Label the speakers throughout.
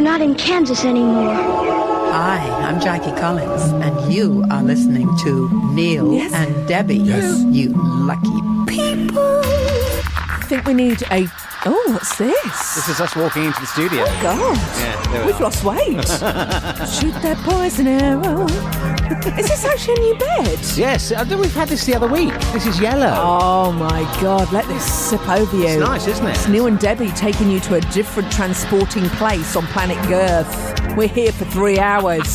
Speaker 1: not in Kansas anymore.
Speaker 2: Hi, I'm Jackie Collins, and you are listening to Neil and Debbie. Yes. You lucky people.
Speaker 3: I think we need a. Oh, what's this? Oh,
Speaker 4: This is us walking into the studio.
Speaker 3: God,
Speaker 4: Yeah, there we
Speaker 3: we've
Speaker 4: are.
Speaker 3: lost weight. Shoot that poison arrow. is this actually a new bed?
Speaker 4: Yes, I think we've had this the other week. This is yellow.
Speaker 3: Oh my God, let this sip over you.
Speaker 4: It's nice, isn't it?
Speaker 3: It's Neil and Debbie taking you to a different transporting place on planet Girth. We're here for three hours.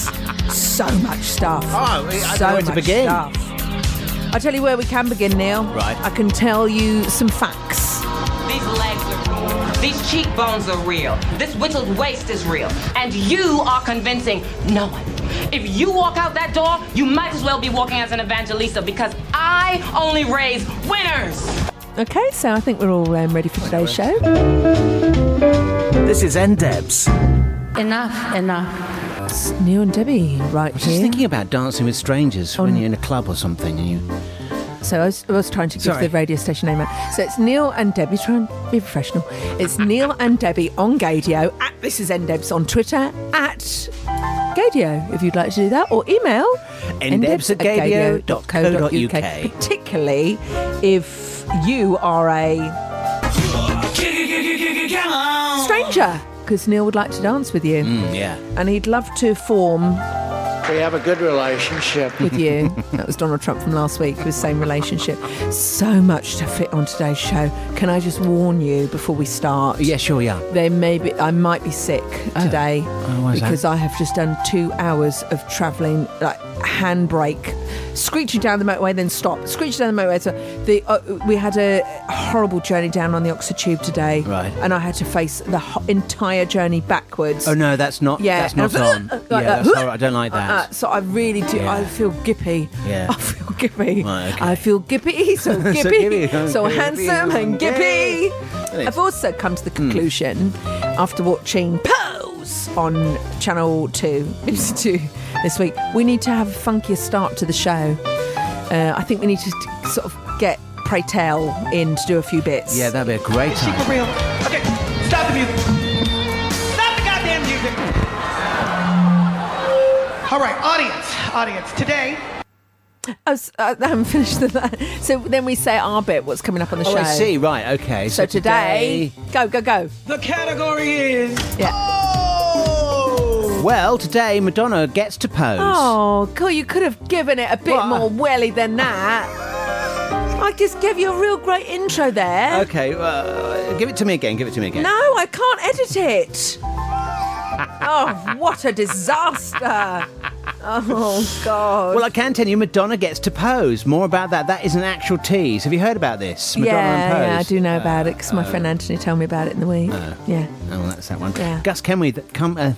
Speaker 3: so much stuff.
Speaker 4: Oh, I don't
Speaker 3: so
Speaker 4: know where to
Speaker 3: much
Speaker 4: begin.
Speaker 3: Stuff. I'll tell you where we can begin, Neil.
Speaker 4: Right.
Speaker 3: I can tell you some facts.
Speaker 5: These legs are real. These cheekbones are real. This whittled waist is real. And you are convincing no one. If you walk out that door, you might as well be walking as an evangelista because I only raise winners.
Speaker 3: Okay, so I think we're all um, ready for today's show.
Speaker 6: This is NDebs.
Speaker 7: Enough, enough.
Speaker 3: It's Neil and Debbie right
Speaker 4: Just
Speaker 3: here.
Speaker 4: thinking about dancing with strangers
Speaker 3: Oh.
Speaker 4: when you're in a club or something, and you
Speaker 3: So I was, I was trying to give
Speaker 4: Sorry.
Speaker 3: the radio station name out. So it's Neil and Debbie. Try and be professional. It's Neil and Debbie on Gadio. At this is NDebs on Twitter at Gadio if you'd like to do that, or email
Speaker 4: ndebs at gadio dot co dot
Speaker 3: gadio.co.uk,
Speaker 4: uk.
Speaker 3: Particularly if you are a stranger, because Neil would like to dance with you,
Speaker 4: yeah.
Speaker 3: and he'd love to form
Speaker 8: We have a good relationship.
Speaker 3: with you. that was Donald Trump from last week, his same relationship. So much to fit on today's show. Can I just warn you before we start?
Speaker 4: Yeah, sure, yeah.
Speaker 3: There may be, I might be sick today
Speaker 4: Oh. why is that?
Speaker 3: because I have just done two hours of travelling, like handbrake, screeching down the motorway, then stop, screeching down the motorway. So the uh, we had a horrible journey down on the Oxford Tube today,
Speaker 4: Right.
Speaker 3: And I had to face the ho- entire journey backwards.
Speaker 4: Oh no, that's not.
Speaker 3: Yeah,
Speaker 4: that's
Speaker 3: and I
Speaker 4: not
Speaker 3: was like, "Ugh,"
Speaker 4: on. yeah,
Speaker 3: like that.
Speaker 4: that's horrible. I don't like
Speaker 3: Uh,
Speaker 4: that.
Speaker 3: so I really do.
Speaker 4: Yeah.
Speaker 3: I feel gippy.
Speaker 4: Yeah.
Speaker 3: I feel gippy.
Speaker 4: Right, okay.
Speaker 3: I feel gippy. So gippy. so,
Speaker 4: gippy, I'm gippy,
Speaker 3: handsome
Speaker 4: I'm
Speaker 3: and gippy.
Speaker 4: gay. Hmm. Well, it's-
Speaker 3: I've also come to the conclusion after watching Pose on Channel Two, BBC Two this week. We need to have a funkier start to the show. Uh, I think we need to t- sort of get Pray Tell in to do a few bits.
Speaker 4: yeah, that'd be a great time.
Speaker 9: real. Okay, stop the music. Stop the goddamn music. All right, audience, audience. Today,
Speaker 3: I, was, uh, I haven't finished the. li- So then we say our bit. What's coming up on the
Speaker 4: Oh,
Speaker 3: show?
Speaker 4: I see. Right. Okay.
Speaker 3: So today, go go go.
Speaker 9: the category is oh!
Speaker 3: Yeah.
Speaker 4: Well, today Madonna gets to pose.
Speaker 3: Oh, cool. You could have given it a bit
Speaker 4: What?
Speaker 3: more welly than that. I just gave you a real great intro there.
Speaker 4: Okay. Uh, give it to me again. Give it to me again.
Speaker 3: No, I can't edit it. oh, what a disaster. Oh, God.
Speaker 4: Well, I can tell you, Madonna gets to pose. More about that. That is an actual tease. Have you heard about this? Madonna and
Speaker 3: yeah,
Speaker 4: pose.
Speaker 3: yeah, I do know about it because my
Speaker 4: Uh,
Speaker 3: friend Anthony told me about it in the week. yeah.
Speaker 4: Oh, well, that's that one.
Speaker 3: Yeah.
Speaker 4: Gus Kenway, that come. Uh,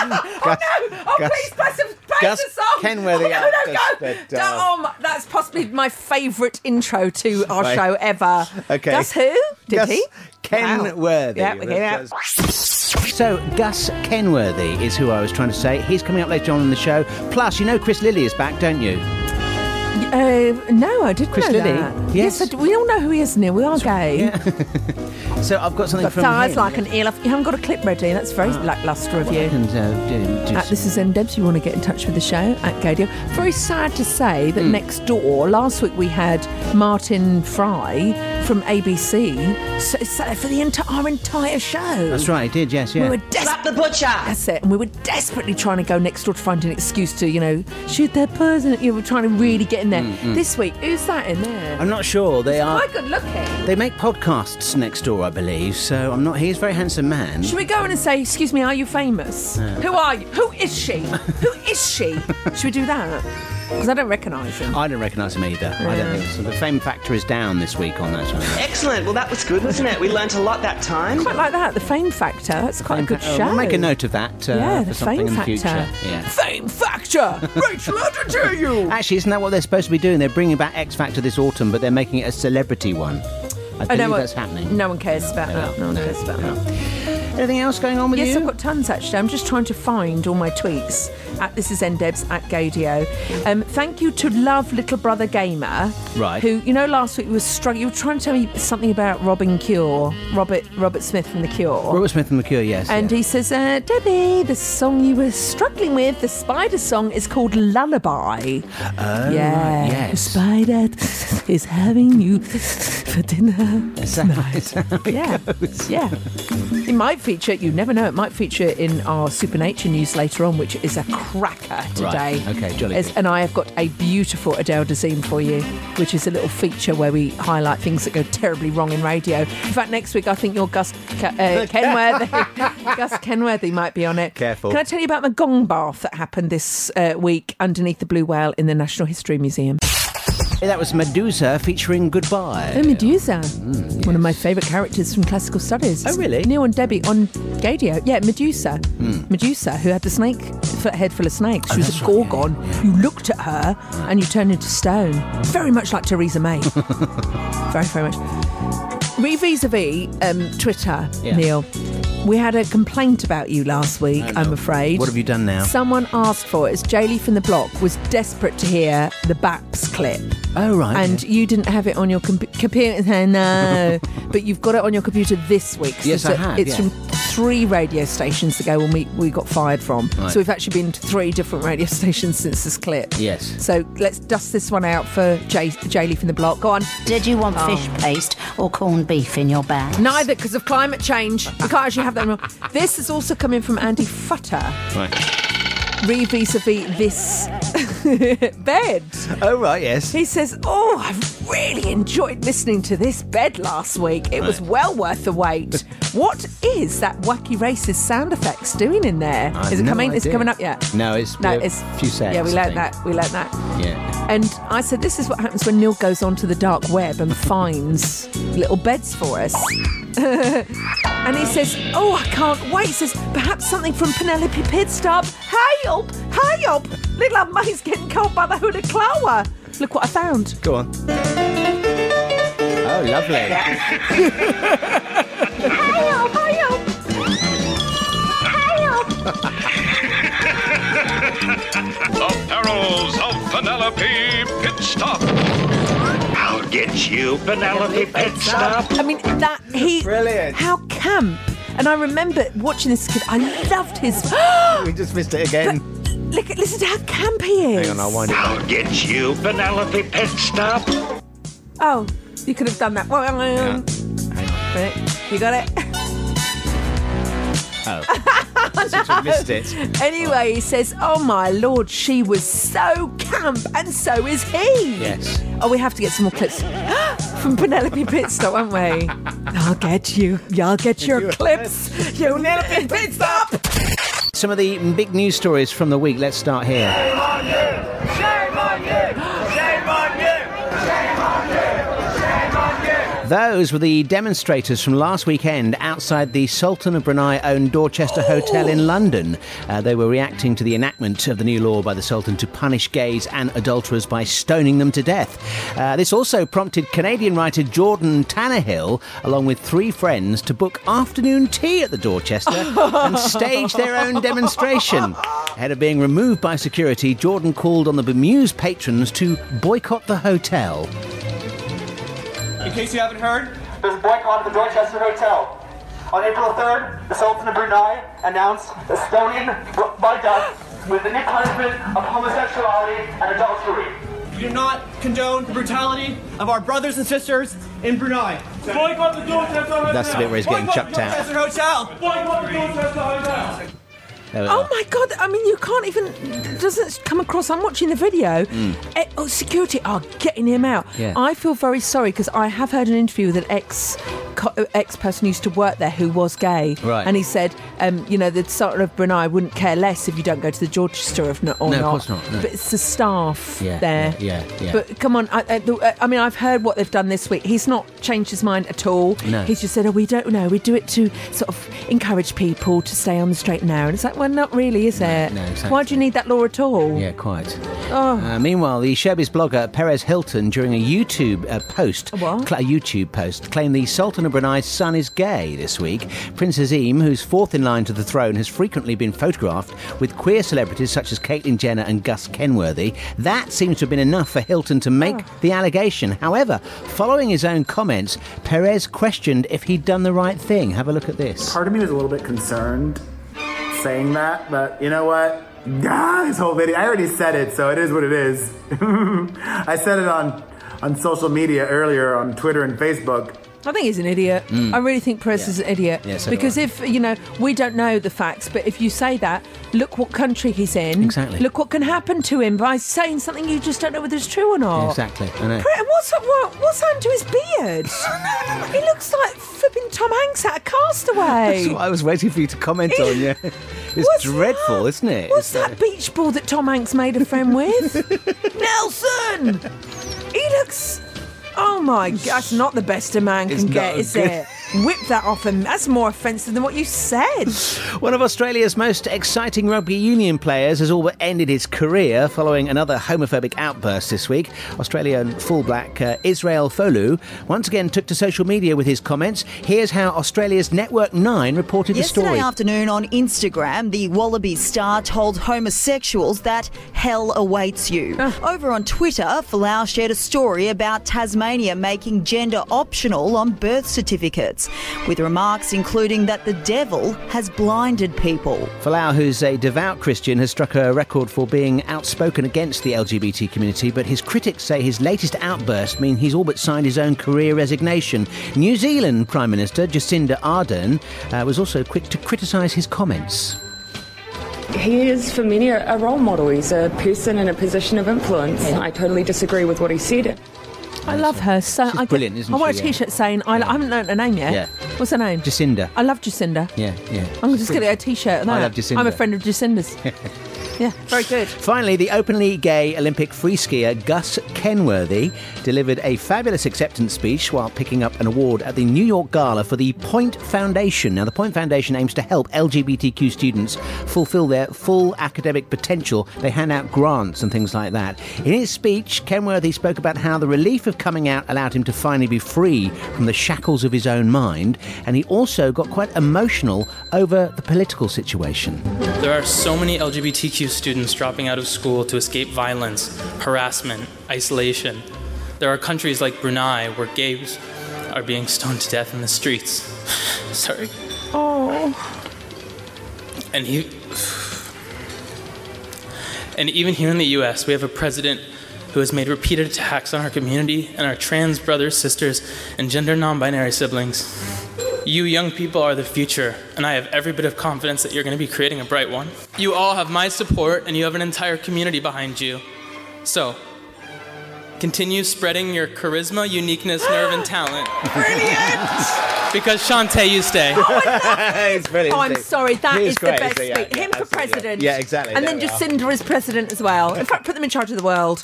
Speaker 3: Oh,
Speaker 4: Gus-
Speaker 3: please, play some, play
Speaker 4: Gus
Speaker 3: some song.
Speaker 4: Kenworthy
Speaker 3: Oh, no, no,
Speaker 4: artist,
Speaker 3: go.
Speaker 4: but,
Speaker 3: Don't-
Speaker 4: uh,
Speaker 3: oh, my- that's possibly my favourite intro to our
Speaker 4: Right.
Speaker 3: show ever.
Speaker 4: Okay.
Speaker 3: Gus who? Did
Speaker 4: Gus
Speaker 3: he?
Speaker 4: Kenworthy.
Speaker 3: Wow. Yeah, yeah.
Speaker 4: So, Gus Kenworthy is who I was trying to say. He's coming up later on in the show. Plus, you know Chris Lilly is back, don't you?
Speaker 3: Uh, no, I didn't
Speaker 4: Chris
Speaker 3: know
Speaker 4: Lilly?
Speaker 3: that.
Speaker 4: Yes.
Speaker 3: I do- we all know who he is, Neil. We are gay.
Speaker 4: So, I've got something
Speaker 3: Got
Speaker 4: from
Speaker 3: thighs
Speaker 4: him.
Speaker 3: like an earloff. You haven't got a clip ready. That's very lacklustre of
Speaker 4: I
Speaker 3: you.
Speaker 4: can, uh, do, do
Speaker 3: Uh, this is NDebs. You want to get in touch with the show at Gadio. Very sad to say
Speaker 4: Hmm.
Speaker 3: that next door, last week we had Martin Fry from ABC so, so for the enti- our entire show.
Speaker 4: That's right, he did, yes, yeah.
Speaker 3: We were desperate. the butcher. That's it. And we were desperately trying to go next door to find an excuse to, you know, shoot that person. You were trying to really get in there.
Speaker 4: Hmm,
Speaker 3: This week, who's that in there?
Speaker 4: I'm not sure. They are.
Speaker 3: Quite good looking.
Speaker 4: They make podcasts next door, I believe. So I'm not. He's a very handsome man.
Speaker 3: Should we go in and say, excuse me, are you famous? Who are you? Who is she? Who is she? Should we do that? Because I don't recognise him.
Speaker 4: I don't recognise him either. I don't think so. The fame factor is down this week on that. Channel.
Speaker 9: excellent. Well, that was good, wasn't it? We learnt a lot that time.
Speaker 3: Quite like that, the fame factor. That's quite a good
Speaker 4: Oh,
Speaker 3: show.
Speaker 4: We'll make a note of that uh,
Speaker 3: Yeah,
Speaker 4: for
Speaker 3: the
Speaker 4: something
Speaker 3: fame
Speaker 4: in the
Speaker 3: factor.
Speaker 4: future. Yeah.
Speaker 3: Fame factor! Rachel, how did I do you?
Speaker 4: Actually, isn't that what they're supposed to be doing? They're bringing back X Factor this autumn, but they're making it a celebrity one. I believe
Speaker 3: what-
Speaker 4: that's happening.
Speaker 3: Oh, No one cares about
Speaker 4: They
Speaker 3: that.
Speaker 4: are.
Speaker 3: No one
Speaker 4: No,
Speaker 3: cares about
Speaker 4: they are.
Speaker 3: that.
Speaker 4: Anything else going on with
Speaker 3: yes,
Speaker 4: you?
Speaker 3: I've got tons actually. I'm just trying to find all my tweets. At this is ndebs at Godio. Um, thank you to Love Little Brother Gamer,
Speaker 4: Right.
Speaker 3: Who you know last week was struggling. You were trying to tell me something about Robin Cure, Robert Robert Smith from The Cure.
Speaker 4: Robert Smith and the Cure, yes.
Speaker 3: and
Speaker 4: yeah.
Speaker 3: he says, uh, Debbie, the song you were struggling with, the spider song, is called Lullaby.
Speaker 4: oh,
Speaker 3: yeah.
Speaker 4: right,
Speaker 3: The
Speaker 4: yes.
Speaker 3: spider is having you for dinner.
Speaker 4: Is that- is that-
Speaker 3: Yeah. Yeah. It might feature, you never know, it might feature in our Supernature news later on, which is a cracker today.
Speaker 4: Right, okay, jolly
Speaker 3: As-
Speaker 4: good.
Speaker 3: And I have got a beautiful Adele Dazeem for you, which is a little feature where we highlight things that go terribly wrong in radio. In fact, next week I think your Gus Ke- uh, Kenworthy, Gus Kenworthy might be on it.
Speaker 4: Careful.
Speaker 3: Can I tell you about my gong bath that happened this uh, week underneath the Blue Whale in the National History Museum?
Speaker 4: that was Medusa featuring Goodbye.
Speaker 3: Oh, Medusa. One of my favourite characters from classical studies.
Speaker 4: Mm, Oh, really? Hmm.
Speaker 3: Neil and Debbie on Gadio. Yeah, Medusa. Medusa, who had the snake, f- head full of
Speaker 4: Oh,
Speaker 3: snakes. She was a gorgon. You looked at her and you turned into stone. Very much like Theresa May. very, very much. Re vis a vis um, Twitter,
Speaker 4: Yeah.
Speaker 3: Neil. We had a complaint about you last week, I'm afraid.
Speaker 4: Oh, What have you done now?
Speaker 3: Someone asked for it. It's Jay Lee from the block was desperate to hear the BAPS clip
Speaker 4: Oh, right.
Speaker 3: and you didn't have it on your com- computer. No, but you've got it on your computer this week. So
Speaker 4: Yes, I
Speaker 3: it's-
Speaker 4: have,
Speaker 3: It's
Speaker 4: yeah.
Speaker 3: from three radio stations ago when we, we got fired from.
Speaker 4: Right.
Speaker 3: So we've actually been to three different radio stations since this clip.
Speaker 4: Yes.
Speaker 3: So let's dust this one out for Jay, Jay Lee from the block. Go on.
Speaker 7: Did you
Speaker 10: Oh.
Speaker 7: want fish paste or corned beef in your bag?
Speaker 3: Neither because of climate change. We can't actually have that anymore. This is also coming from Andy Futter.
Speaker 4: Right.
Speaker 3: Re vis a vis this bed.
Speaker 4: Oh, right, yes.
Speaker 3: He says, Oh, I've really enjoyed listening to this bed last week. It was well worth the wait. what is that wacky racist sound effects doing in there?
Speaker 4: I've
Speaker 3: is it
Speaker 4: no
Speaker 3: coming? Is it
Speaker 4: idea.
Speaker 3: coming up yet?
Speaker 4: No, it's
Speaker 3: No,
Speaker 4: been a
Speaker 3: it's
Speaker 4: few seconds.
Speaker 3: Yeah, we learnt that. We learnt that.
Speaker 4: Yeah.
Speaker 3: And I said, This is what happens when Neil goes onto the dark web and finds little beds for us. and he says, Oh, I can't wait. He says, Perhaps something from Penelope Pidstub. Hey up, hey up. Little Aunt May's getting cold by the hula clower. Look what I found.
Speaker 4: Go on. Oh, lovely.
Speaker 3: Help! Help! Help!
Speaker 6: The perils of Penelope Pit Stop. I'll get you, Penelope Pit Stop.
Speaker 3: I mean, that he.
Speaker 4: Brilliant.
Speaker 3: How camp. And I remember watching this kid. I loved his.
Speaker 4: We just missed it again.
Speaker 3: Look, at- listen to how camp he is.
Speaker 4: Hang on, I'll wind it back.
Speaker 6: I'll get you, Penelope Pit Stop.
Speaker 3: Oh, you could have done that. Well, um,
Speaker 4: Hang on.
Speaker 3: right, You got it.
Speaker 4: Since we missed it.
Speaker 3: Anyway, he says, "Oh my lord, she was so camp, and so is he."
Speaker 4: Yes.
Speaker 3: Oh, we have to get some more clips from Penelope Pitstop, won't we? I'll get you. I'll get your clips. You Penelope Pitstop.
Speaker 4: Some of the big news stories from the week. Let's start here. Those were the demonstrators from last weekend outside the Sultan of Brunei owned Dorchester Hotel in London. Uh, they were reacting to the enactment of the new law by the Sultan to punish gays and adulterers by stoning them to death. Uh, this also prompted Canadian writer Jordan Tannehill, along with three friends, to book afternoon tea at the Dorchester and stage their own demonstration. Ahead of being removed by security, Jordan called on the bemused patrons to boycott the hotel.
Speaker 9: In case you haven't heard, there's a boycott at the Dorchester Hotel. On April 3rd, the Sultan of Brunei announced the stoning by death with the new punishment of homosexuality and adultery. We do not condone the brutality of our brothers and sisters in Brunei. Boycott the Dorchester Hotel!
Speaker 4: That's the bit where he's getting chucked out.
Speaker 9: Dorchester Hotel! Boycott the Dorchester Hotel!
Speaker 4: There we
Speaker 3: Oh
Speaker 4: are.
Speaker 3: my god! I mean, you can't even. It doesn't come across. I'm watching the video. Eh, oh, security are getting him out.
Speaker 4: Mm. Yeah.
Speaker 3: I feel very sorry because I have heard an interview with an ex ex person who used to work there who was gay,
Speaker 4: Right.
Speaker 3: And he said, um, you know, the Sultan of Brunei wouldn't care less if you don't go to the Dorchester if not, or
Speaker 4: No,
Speaker 3: not.
Speaker 4: of course not, no.
Speaker 3: But it's the staff
Speaker 4: Yeah,
Speaker 3: there.
Speaker 4: yeah, yeah, yeah.
Speaker 3: But come on, I, I, the, I mean, I've heard what they've done this week. He's not changed his mind at all.
Speaker 4: No.
Speaker 3: He's just said, oh, we don't know. We do it to sort of encourage people to stay on the straight and narrow. And it's like, well, not really, is it?
Speaker 4: no, exactly.
Speaker 3: Why do you need that law at all?
Speaker 4: Yeah, quite. Uh, meanwhile, the showbiz blogger Perez Hilton, during a YouTube uh, post,
Speaker 3: what?
Speaker 4: cla- a YouTube post, claimed the Sultan of Brunei's son is gay this week. Prince Azim, who's fourth in line to the throne, has frequently been photographed with queer celebrities such as Caitlyn Jenner and Gus Kenworthy. That seems to have been enough for Hilton to make the allegation. However, following his own comments, Perez questioned if he'd done the right thing. Have a look at this.
Speaker 11: Part of me was a little bit concerned saying that, but you know what? Ah, this whole video, I already said it, so it is what it is. I said it on on social media earlier on Twitter and Facebook.
Speaker 3: I think he's an idiot.
Speaker 11: Mm.
Speaker 3: I really think Perez is an idiot.
Speaker 11: Yeah, so do
Speaker 3: because
Speaker 11: I.
Speaker 3: if, you know, we don't know the facts, but if you say that, look what country he's in.
Speaker 4: Exactly.
Speaker 3: Look what can happen to him by saying something you just don't know whether it's true or not.
Speaker 4: Exactly. I know.
Speaker 3: Pre- What's what, what's happened to his beard? he looks like flipping Tom Hanks out of Castaway.
Speaker 4: That's what I was waiting for you to comment on. Yeah, it's dreadful, is isn't it?
Speaker 3: What's
Speaker 4: It's, uh,
Speaker 3: that beach ball that Tom Hanks made a friend with? Nelson! He looks. Oh my god, that's not the best a man
Speaker 4: It's
Speaker 3: can get,
Speaker 4: not
Speaker 3: is
Speaker 4: good.
Speaker 3: it? Whip that off him. That's more offensive than what you said.
Speaker 4: One of Australia's most exciting rugby union players has all but ended his career following another homophobic outburst this week. Australian fullback uh, Israel Folu once again took to social media with his comments. Here's how Australia's Network 9 reported the
Speaker 12: Yesterday
Speaker 4: story.
Speaker 12: afternoon on Instagram, the Wallaby star told homosexuals that hell awaits you. Over on Twitter, Falau shared a story about Tasmania making gender optional on birth certificates, with remarks including that the devil has blinded people.
Speaker 4: Falau, who's a devout Christian, has struck a record for being outspoken against the LGBT community, but his critics say his latest outburst means he's all but signed his own career resignation. New Zealand Prime Minister Jacinda Ardern uh, was also quick to criticise his comments.
Speaker 13: He is, for many, a a role model. He's a person in a position of influence. I totally disagree with what he said.
Speaker 3: I love her so. I get-
Speaker 4: brilliant, isn't
Speaker 3: I want
Speaker 4: she?
Speaker 3: a
Speaker 4: Yeah.
Speaker 3: t-shirt saying I, I haven't known her name yet.
Speaker 4: Yeah.
Speaker 3: What's her name?
Speaker 4: Jacinda.
Speaker 3: I love Jacinda.
Speaker 4: Yeah, yeah.
Speaker 3: I'm just going to get a t-shirt. of
Speaker 4: I
Speaker 3: that.
Speaker 4: love Jacinda.
Speaker 3: I'm a friend of Jacinda's. yeah, very good.
Speaker 4: Finally, the openly gay Olympic free skier Gus Kenworthy delivered a fabulous acceptance speech while picking up an award at the New York Gala for the Point Foundation. Now, the Point Foundation aims to help LGBTQ students fulfill their full academic potential. They hand out grants and things like that. In his speech, Kenworthy spoke about how the relief of coming out allowed him to finally be free from the shackles of his own mind, and he also got quite emotional over the political situation.
Speaker 14: There are so many LGBTQ students dropping out of school to escape violence, harassment, isolation. There are countries like Brunei where gays are being stoned to death in the streets. Sorry.
Speaker 3: Oh,
Speaker 14: And he. And even here in the US, we have a president who has made repeated attacks on our community and our trans brothers, sisters, and gender non binary siblings. You young people are the future, and I have every bit of confidence that you're going to be creating a bright one. You all have my support, and you have an entire community behind you. So, continue spreading your charisma, uniqueness, nerve, and talent. Brilliant! because Shantae, you stay.
Speaker 4: it's brilliant.
Speaker 3: oh I'm sorry. That
Speaker 14: He
Speaker 3: is,
Speaker 14: is
Speaker 3: the
Speaker 14: great,
Speaker 3: best
Speaker 14: isn't he? Yeah,
Speaker 3: speech.
Speaker 14: yeah,
Speaker 3: Him for president.
Speaker 4: Yeah, exactly.
Speaker 3: And
Speaker 4: There
Speaker 3: then
Speaker 4: we
Speaker 3: Jacinda as president as well. In fact, put them in charge of the world.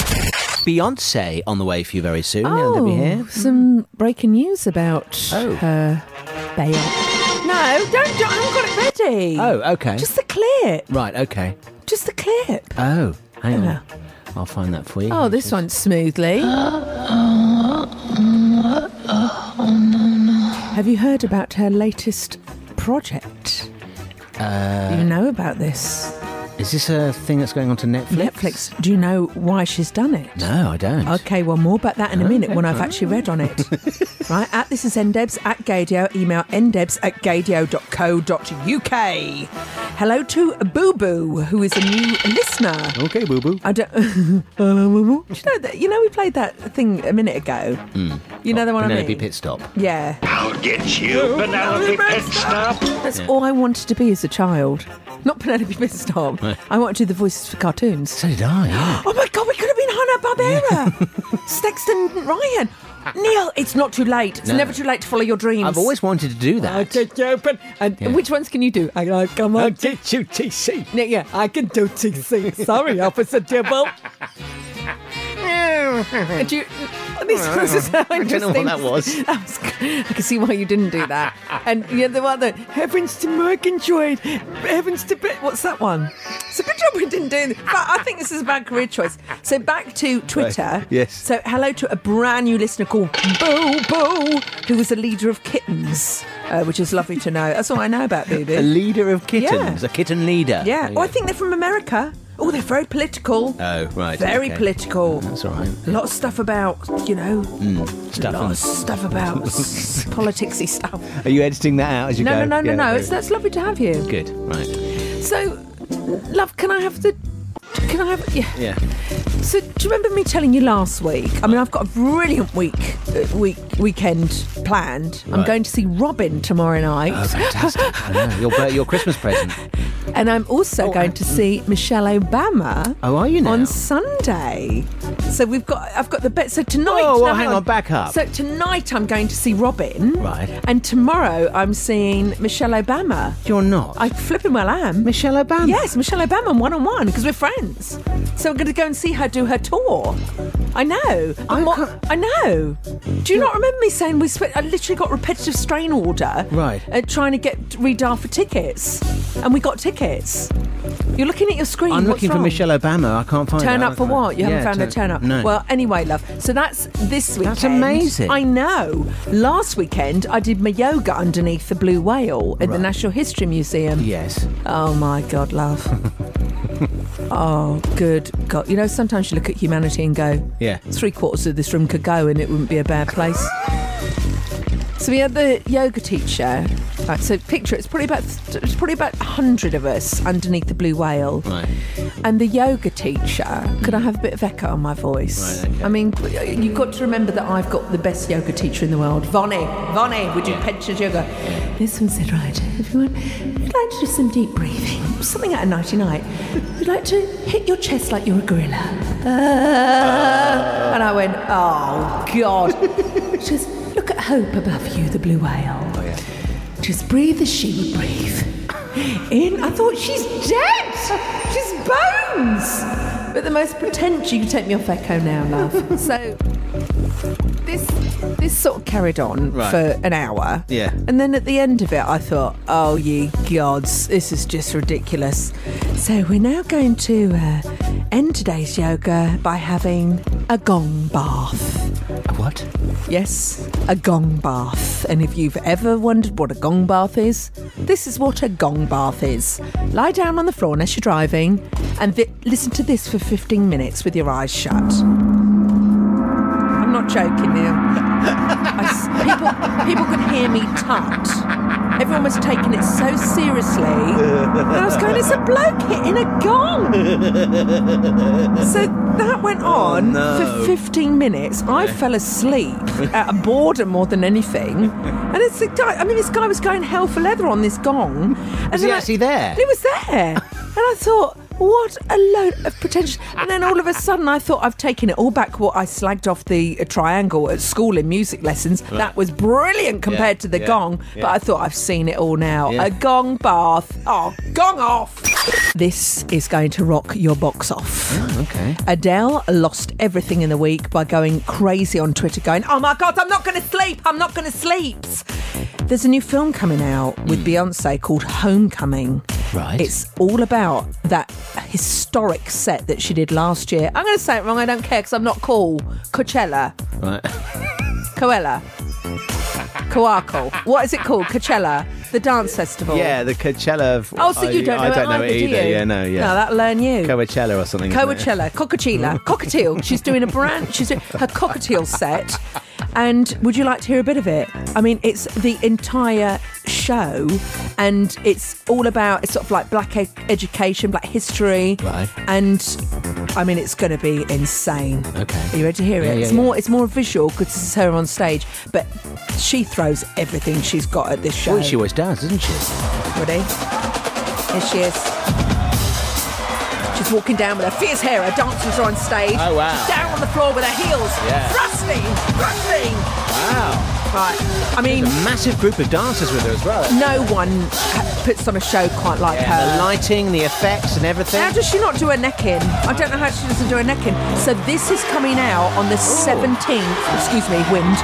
Speaker 4: Beyonce on the way for you very soon. Oh. They'll be here.
Speaker 3: some breaking news about
Speaker 4: Oh.
Speaker 3: her bail. No, don't, don't. I haven't got it ready.
Speaker 4: Oh, okay.
Speaker 3: Just the clip.
Speaker 4: Right, okay.
Speaker 3: Just the clip.
Speaker 4: Oh, hang on. I'll find that for you.
Speaker 3: Uh-huh. Oh, this went smoothly. Have you heard about her latest project? Do
Speaker 4: Uh,
Speaker 3: you know about this?
Speaker 4: Is this a thing that's going on to Netflix?
Speaker 3: Netflix. Do you know why she's done it?
Speaker 4: No, I don't.
Speaker 3: Okay, well, more about that in a minute
Speaker 4: Okay.
Speaker 3: when I've actually read on it. right, at this is ndebs at gadio, email ndebs at gadio.co.uk. Hello to Boo Boo, who is a new listener.
Speaker 4: Okay, Boo Boo.
Speaker 3: I don't. Hello, Boo Boo. Do You know, that- you know, we played that thing a minute ago.
Speaker 4: Mm.
Speaker 3: You know the one I
Speaker 4: Penelope
Speaker 3: mean?
Speaker 4: Pit Stop.
Speaker 3: Yeah.
Speaker 6: I'll get you, Penelope Pitstop.
Speaker 3: That's
Speaker 4: Yeah.
Speaker 3: all I wanted to be as a child. Not Penelope Pitstop.
Speaker 4: Right.
Speaker 3: I wanted to do the voices for cartoons. So
Speaker 4: did I.
Speaker 3: oh my god, we could have been Hanna Barbera, Sexton Ryan, Neil. It's not too late. It's
Speaker 4: No.
Speaker 3: never too late to follow your dreams. Uh,
Speaker 4: I've always wanted to do
Speaker 3: Oh,
Speaker 4: that.
Speaker 3: open. And
Speaker 4: Yeah.
Speaker 3: which ones can you do? I, I come on. I can
Speaker 4: do TC.
Speaker 3: Yeah, I can do TC. Sorry, Officer Dibble. And you, these ones are so
Speaker 4: I don't know what
Speaker 3: interesting.
Speaker 4: that was.
Speaker 3: That was- I can see why you didn't do that. and you know, the other, heavens to Murgatroyd, heavens to Bit. What's that one? It's a good job we didn't do. But I think this is a bad career choice. So back to Twitter.
Speaker 4: Yes.
Speaker 3: So hello to a brand new listener called Boo Boo, who was a leader of kittens, uh, which is lovely to know. That's all I know about Boo Boo.
Speaker 4: A leader of kittens, a kitten leader.
Speaker 3: Yeah.
Speaker 4: There
Speaker 3: Oh, I
Speaker 4: you
Speaker 3: think they're from America. Oh, they're very political.
Speaker 4: go. Oh, right.
Speaker 3: Very
Speaker 4: okay. Mm,
Speaker 3: political.
Speaker 4: That's all right.
Speaker 3: A lot of stuff about, you know,
Speaker 4: Mm, stuff.
Speaker 3: lot
Speaker 4: on-
Speaker 3: of stuff about s- politicsy stuff.
Speaker 4: Are you editing that out as you
Speaker 3: no,
Speaker 4: go?
Speaker 3: no, no, no,
Speaker 4: Yeah,
Speaker 3: no.
Speaker 4: very
Speaker 3: It's that's lovely to have you.
Speaker 4: Good. Right.
Speaker 3: So, love, can I have the? Can I have? Yeah.
Speaker 4: Yeah.
Speaker 3: So, do you remember me telling you last week? I mean, I've got a brilliant week, uh, week weekend planned. I'm
Speaker 4: Right.
Speaker 3: going to see Robin tomorrow night,
Speaker 4: Oh, fantastic. I know. Your, bir- your Christmas present.
Speaker 3: and I'm also going to see Michelle Obama.
Speaker 4: Oh, are you now?
Speaker 3: on Sunday? So we've got. I've got the bet. So tonight.
Speaker 4: Oh,
Speaker 3: no,
Speaker 4: well, hang on, back up.
Speaker 3: So tonight I'm going to see Robin.
Speaker 4: Right.
Speaker 3: And tomorrow I'm seeing Michelle Obama.
Speaker 4: You're not.
Speaker 3: I flipping well am.
Speaker 4: Michelle Obama?
Speaker 3: Yes, Michelle Obama one on one because we're friends. So we're going to go and see her do her tour. I know. But what- I know. Do you not remember me saying we spent, I literally got repetitive strain order.
Speaker 4: Right.
Speaker 3: Uh, trying to get redial for tickets. And we got tickets. You're looking at your screen.
Speaker 4: I'm
Speaker 3: What's
Speaker 4: looking for
Speaker 3: wrong?
Speaker 4: Michelle Obama. I can't find
Speaker 3: Turn
Speaker 4: her.
Speaker 3: up for what? You haven't
Speaker 4: Yeah,
Speaker 3: found a turn up.
Speaker 4: No.
Speaker 3: Well, anyway, love. So that's this weekend.
Speaker 4: That's amazing.
Speaker 3: I know. Last weekend, I did my yoga underneath the blue whale at the National History Museum.
Speaker 4: Yes.
Speaker 3: Oh my God, love. oh, good God. You know, sometimes you look at humanity and go,
Speaker 4: Yeah.
Speaker 3: three quarters of this room could go and it wouldn't be a bad place. so we had the yoga teacher. Right, so picture it's probably about it's probably about hundred of us underneath the blue whale.
Speaker 4: Right.
Speaker 3: And the yoga teacher, could I have a bit of echo on my voice?
Speaker 4: Right, okay.
Speaker 3: I mean, you've got to remember that I've got the best yoga teacher in the world, Vonnie. Vonnie, we do pensions yoga. This one said, right, everyone, we'd like to do some deep breathing, something out of nighty night. We'd like to hit your chest like you're a gorilla. Uh, and I went, oh, God. She goes, look at Hope above you, the blue whale. Just breathe as she would breathe. In, I thought she's dead. She's bones. But the most pretentious. You can take me off echo now, love. so this this sort of carried on
Speaker 4: Right.
Speaker 3: for an hour.
Speaker 4: Yeah.
Speaker 3: And then at the end of it, I thought, oh, ye gods, this is just ridiculous. So we're now going to uh, end today's yoga by having a gong bath.
Speaker 4: What?
Speaker 3: Yes, a gong bath. And if you've ever wondered what a gong bath is, this is what a gong bath is. Lie down on the floor unless you're driving and vi- listen to this for 15 minutes with your eyes shut. I'm not joking now. I s- people, people could hear me tut. Everyone was taking it so seriously. And I was going, it's a bloke hitting a gong. So that went
Speaker 4: Oh,
Speaker 3: on for 15 minutes. I fell asleep out of boredom more than anything. And it's the guy, I mean, this guy was going hell for leather on this gong. And
Speaker 4: Was he
Speaker 3: then I-
Speaker 4: actually there?
Speaker 3: He was there. and I thought, what a load of potential. And then all of a sudden, I thought I've taken it all back what I slagged off the uh, triangle at school in music lessons.
Speaker 4: Right.
Speaker 3: That was brilliant compared
Speaker 4: Yeah,
Speaker 3: to the
Speaker 4: yeah,
Speaker 3: gong, but
Speaker 4: yeah.
Speaker 3: I thought I've seen it all now.
Speaker 4: Yeah.
Speaker 3: A gong bath. Oh, gong off. This is going to rock your box off.
Speaker 4: Okay.
Speaker 3: Adele lost everything in the week by going crazy on Twitter, going, Oh my God, I'm not going to sleep. I'm not going to sleep. There's a new film coming out with Beyonce called Homecoming.
Speaker 4: Mm. Right.
Speaker 3: It's all about that historic set that she did last year. I'm going to say it wrong. I don't care because I'm not cool. Coachella.
Speaker 4: Right.
Speaker 3: Coachella. Coaco. What is it called? Coachella. The dance festival.
Speaker 4: Yeah, the Coachella. Of,
Speaker 3: Oh, so you don't know
Speaker 4: I, I don't
Speaker 3: it
Speaker 4: know
Speaker 3: either,
Speaker 4: it
Speaker 3: do
Speaker 4: either.
Speaker 3: you?
Speaker 4: Yeah, no, yeah.
Speaker 3: No, that'll learn you.
Speaker 4: Coachella or something. isn't it?
Speaker 3: Coachella, Cockatiela, Cockatiel. She's doing a brand. She's doing her Cockatiel set. And would you like to hear a bit of it? I mean, it's the entire show, and it's all about it's sort of like black e- education, black history,
Speaker 4: Right.
Speaker 3: and I mean, it's going to be insane.
Speaker 4: Okay.
Speaker 3: Are you ready to hear it?
Speaker 4: Yeah, yeah,
Speaker 3: it's
Speaker 4: yeah.
Speaker 3: more it's more visual because it's her on stage, but she throws everything she's got at this show.
Speaker 4: Well, she always does, doesn't she?
Speaker 3: Ready? Here she is. She's walking down with her fierce hair. Her dancers are on stage.
Speaker 4: Oh, wow.
Speaker 3: She's down on the floor with her heels.
Speaker 4: Yeah.
Speaker 3: Thrusting, thrusting.
Speaker 4: Wow.
Speaker 3: Right. I mean,
Speaker 4: a massive group of dancers with her as well.
Speaker 3: no one ha- puts on a show quite like
Speaker 4: Yeah,
Speaker 3: her.
Speaker 4: the lighting, the effects, and everything.
Speaker 3: How does she not do a neck in? I don't know how she doesn't do a neck in. So this is coming out on the 17th, excuse me, wind,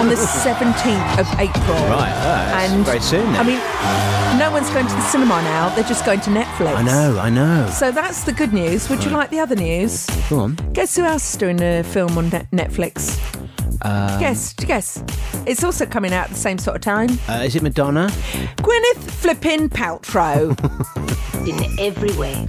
Speaker 3: on the 17th of April.
Speaker 4: Right, oh, that's
Speaker 3: and
Speaker 4: very soon
Speaker 3: I
Speaker 4: then.
Speaker 3: mean, no one's going to the cinema now, they're just going to Netflix.
Speaker 4: I know, I know.
Speaker 3: So that's the good news. Would you like the other news?
Speaker 4: Go on.
Speaker 3: Guess who else is doing a film on Net- Netflix?
Speaker 4: Um,
Speaker 3: guess, guess. It's also coming out at the same sort of time.
Speaker 4: Uh, is it Madonna?
Speaker 3: Gwyneth flipping Paltrow.
Speaker 10: in every way.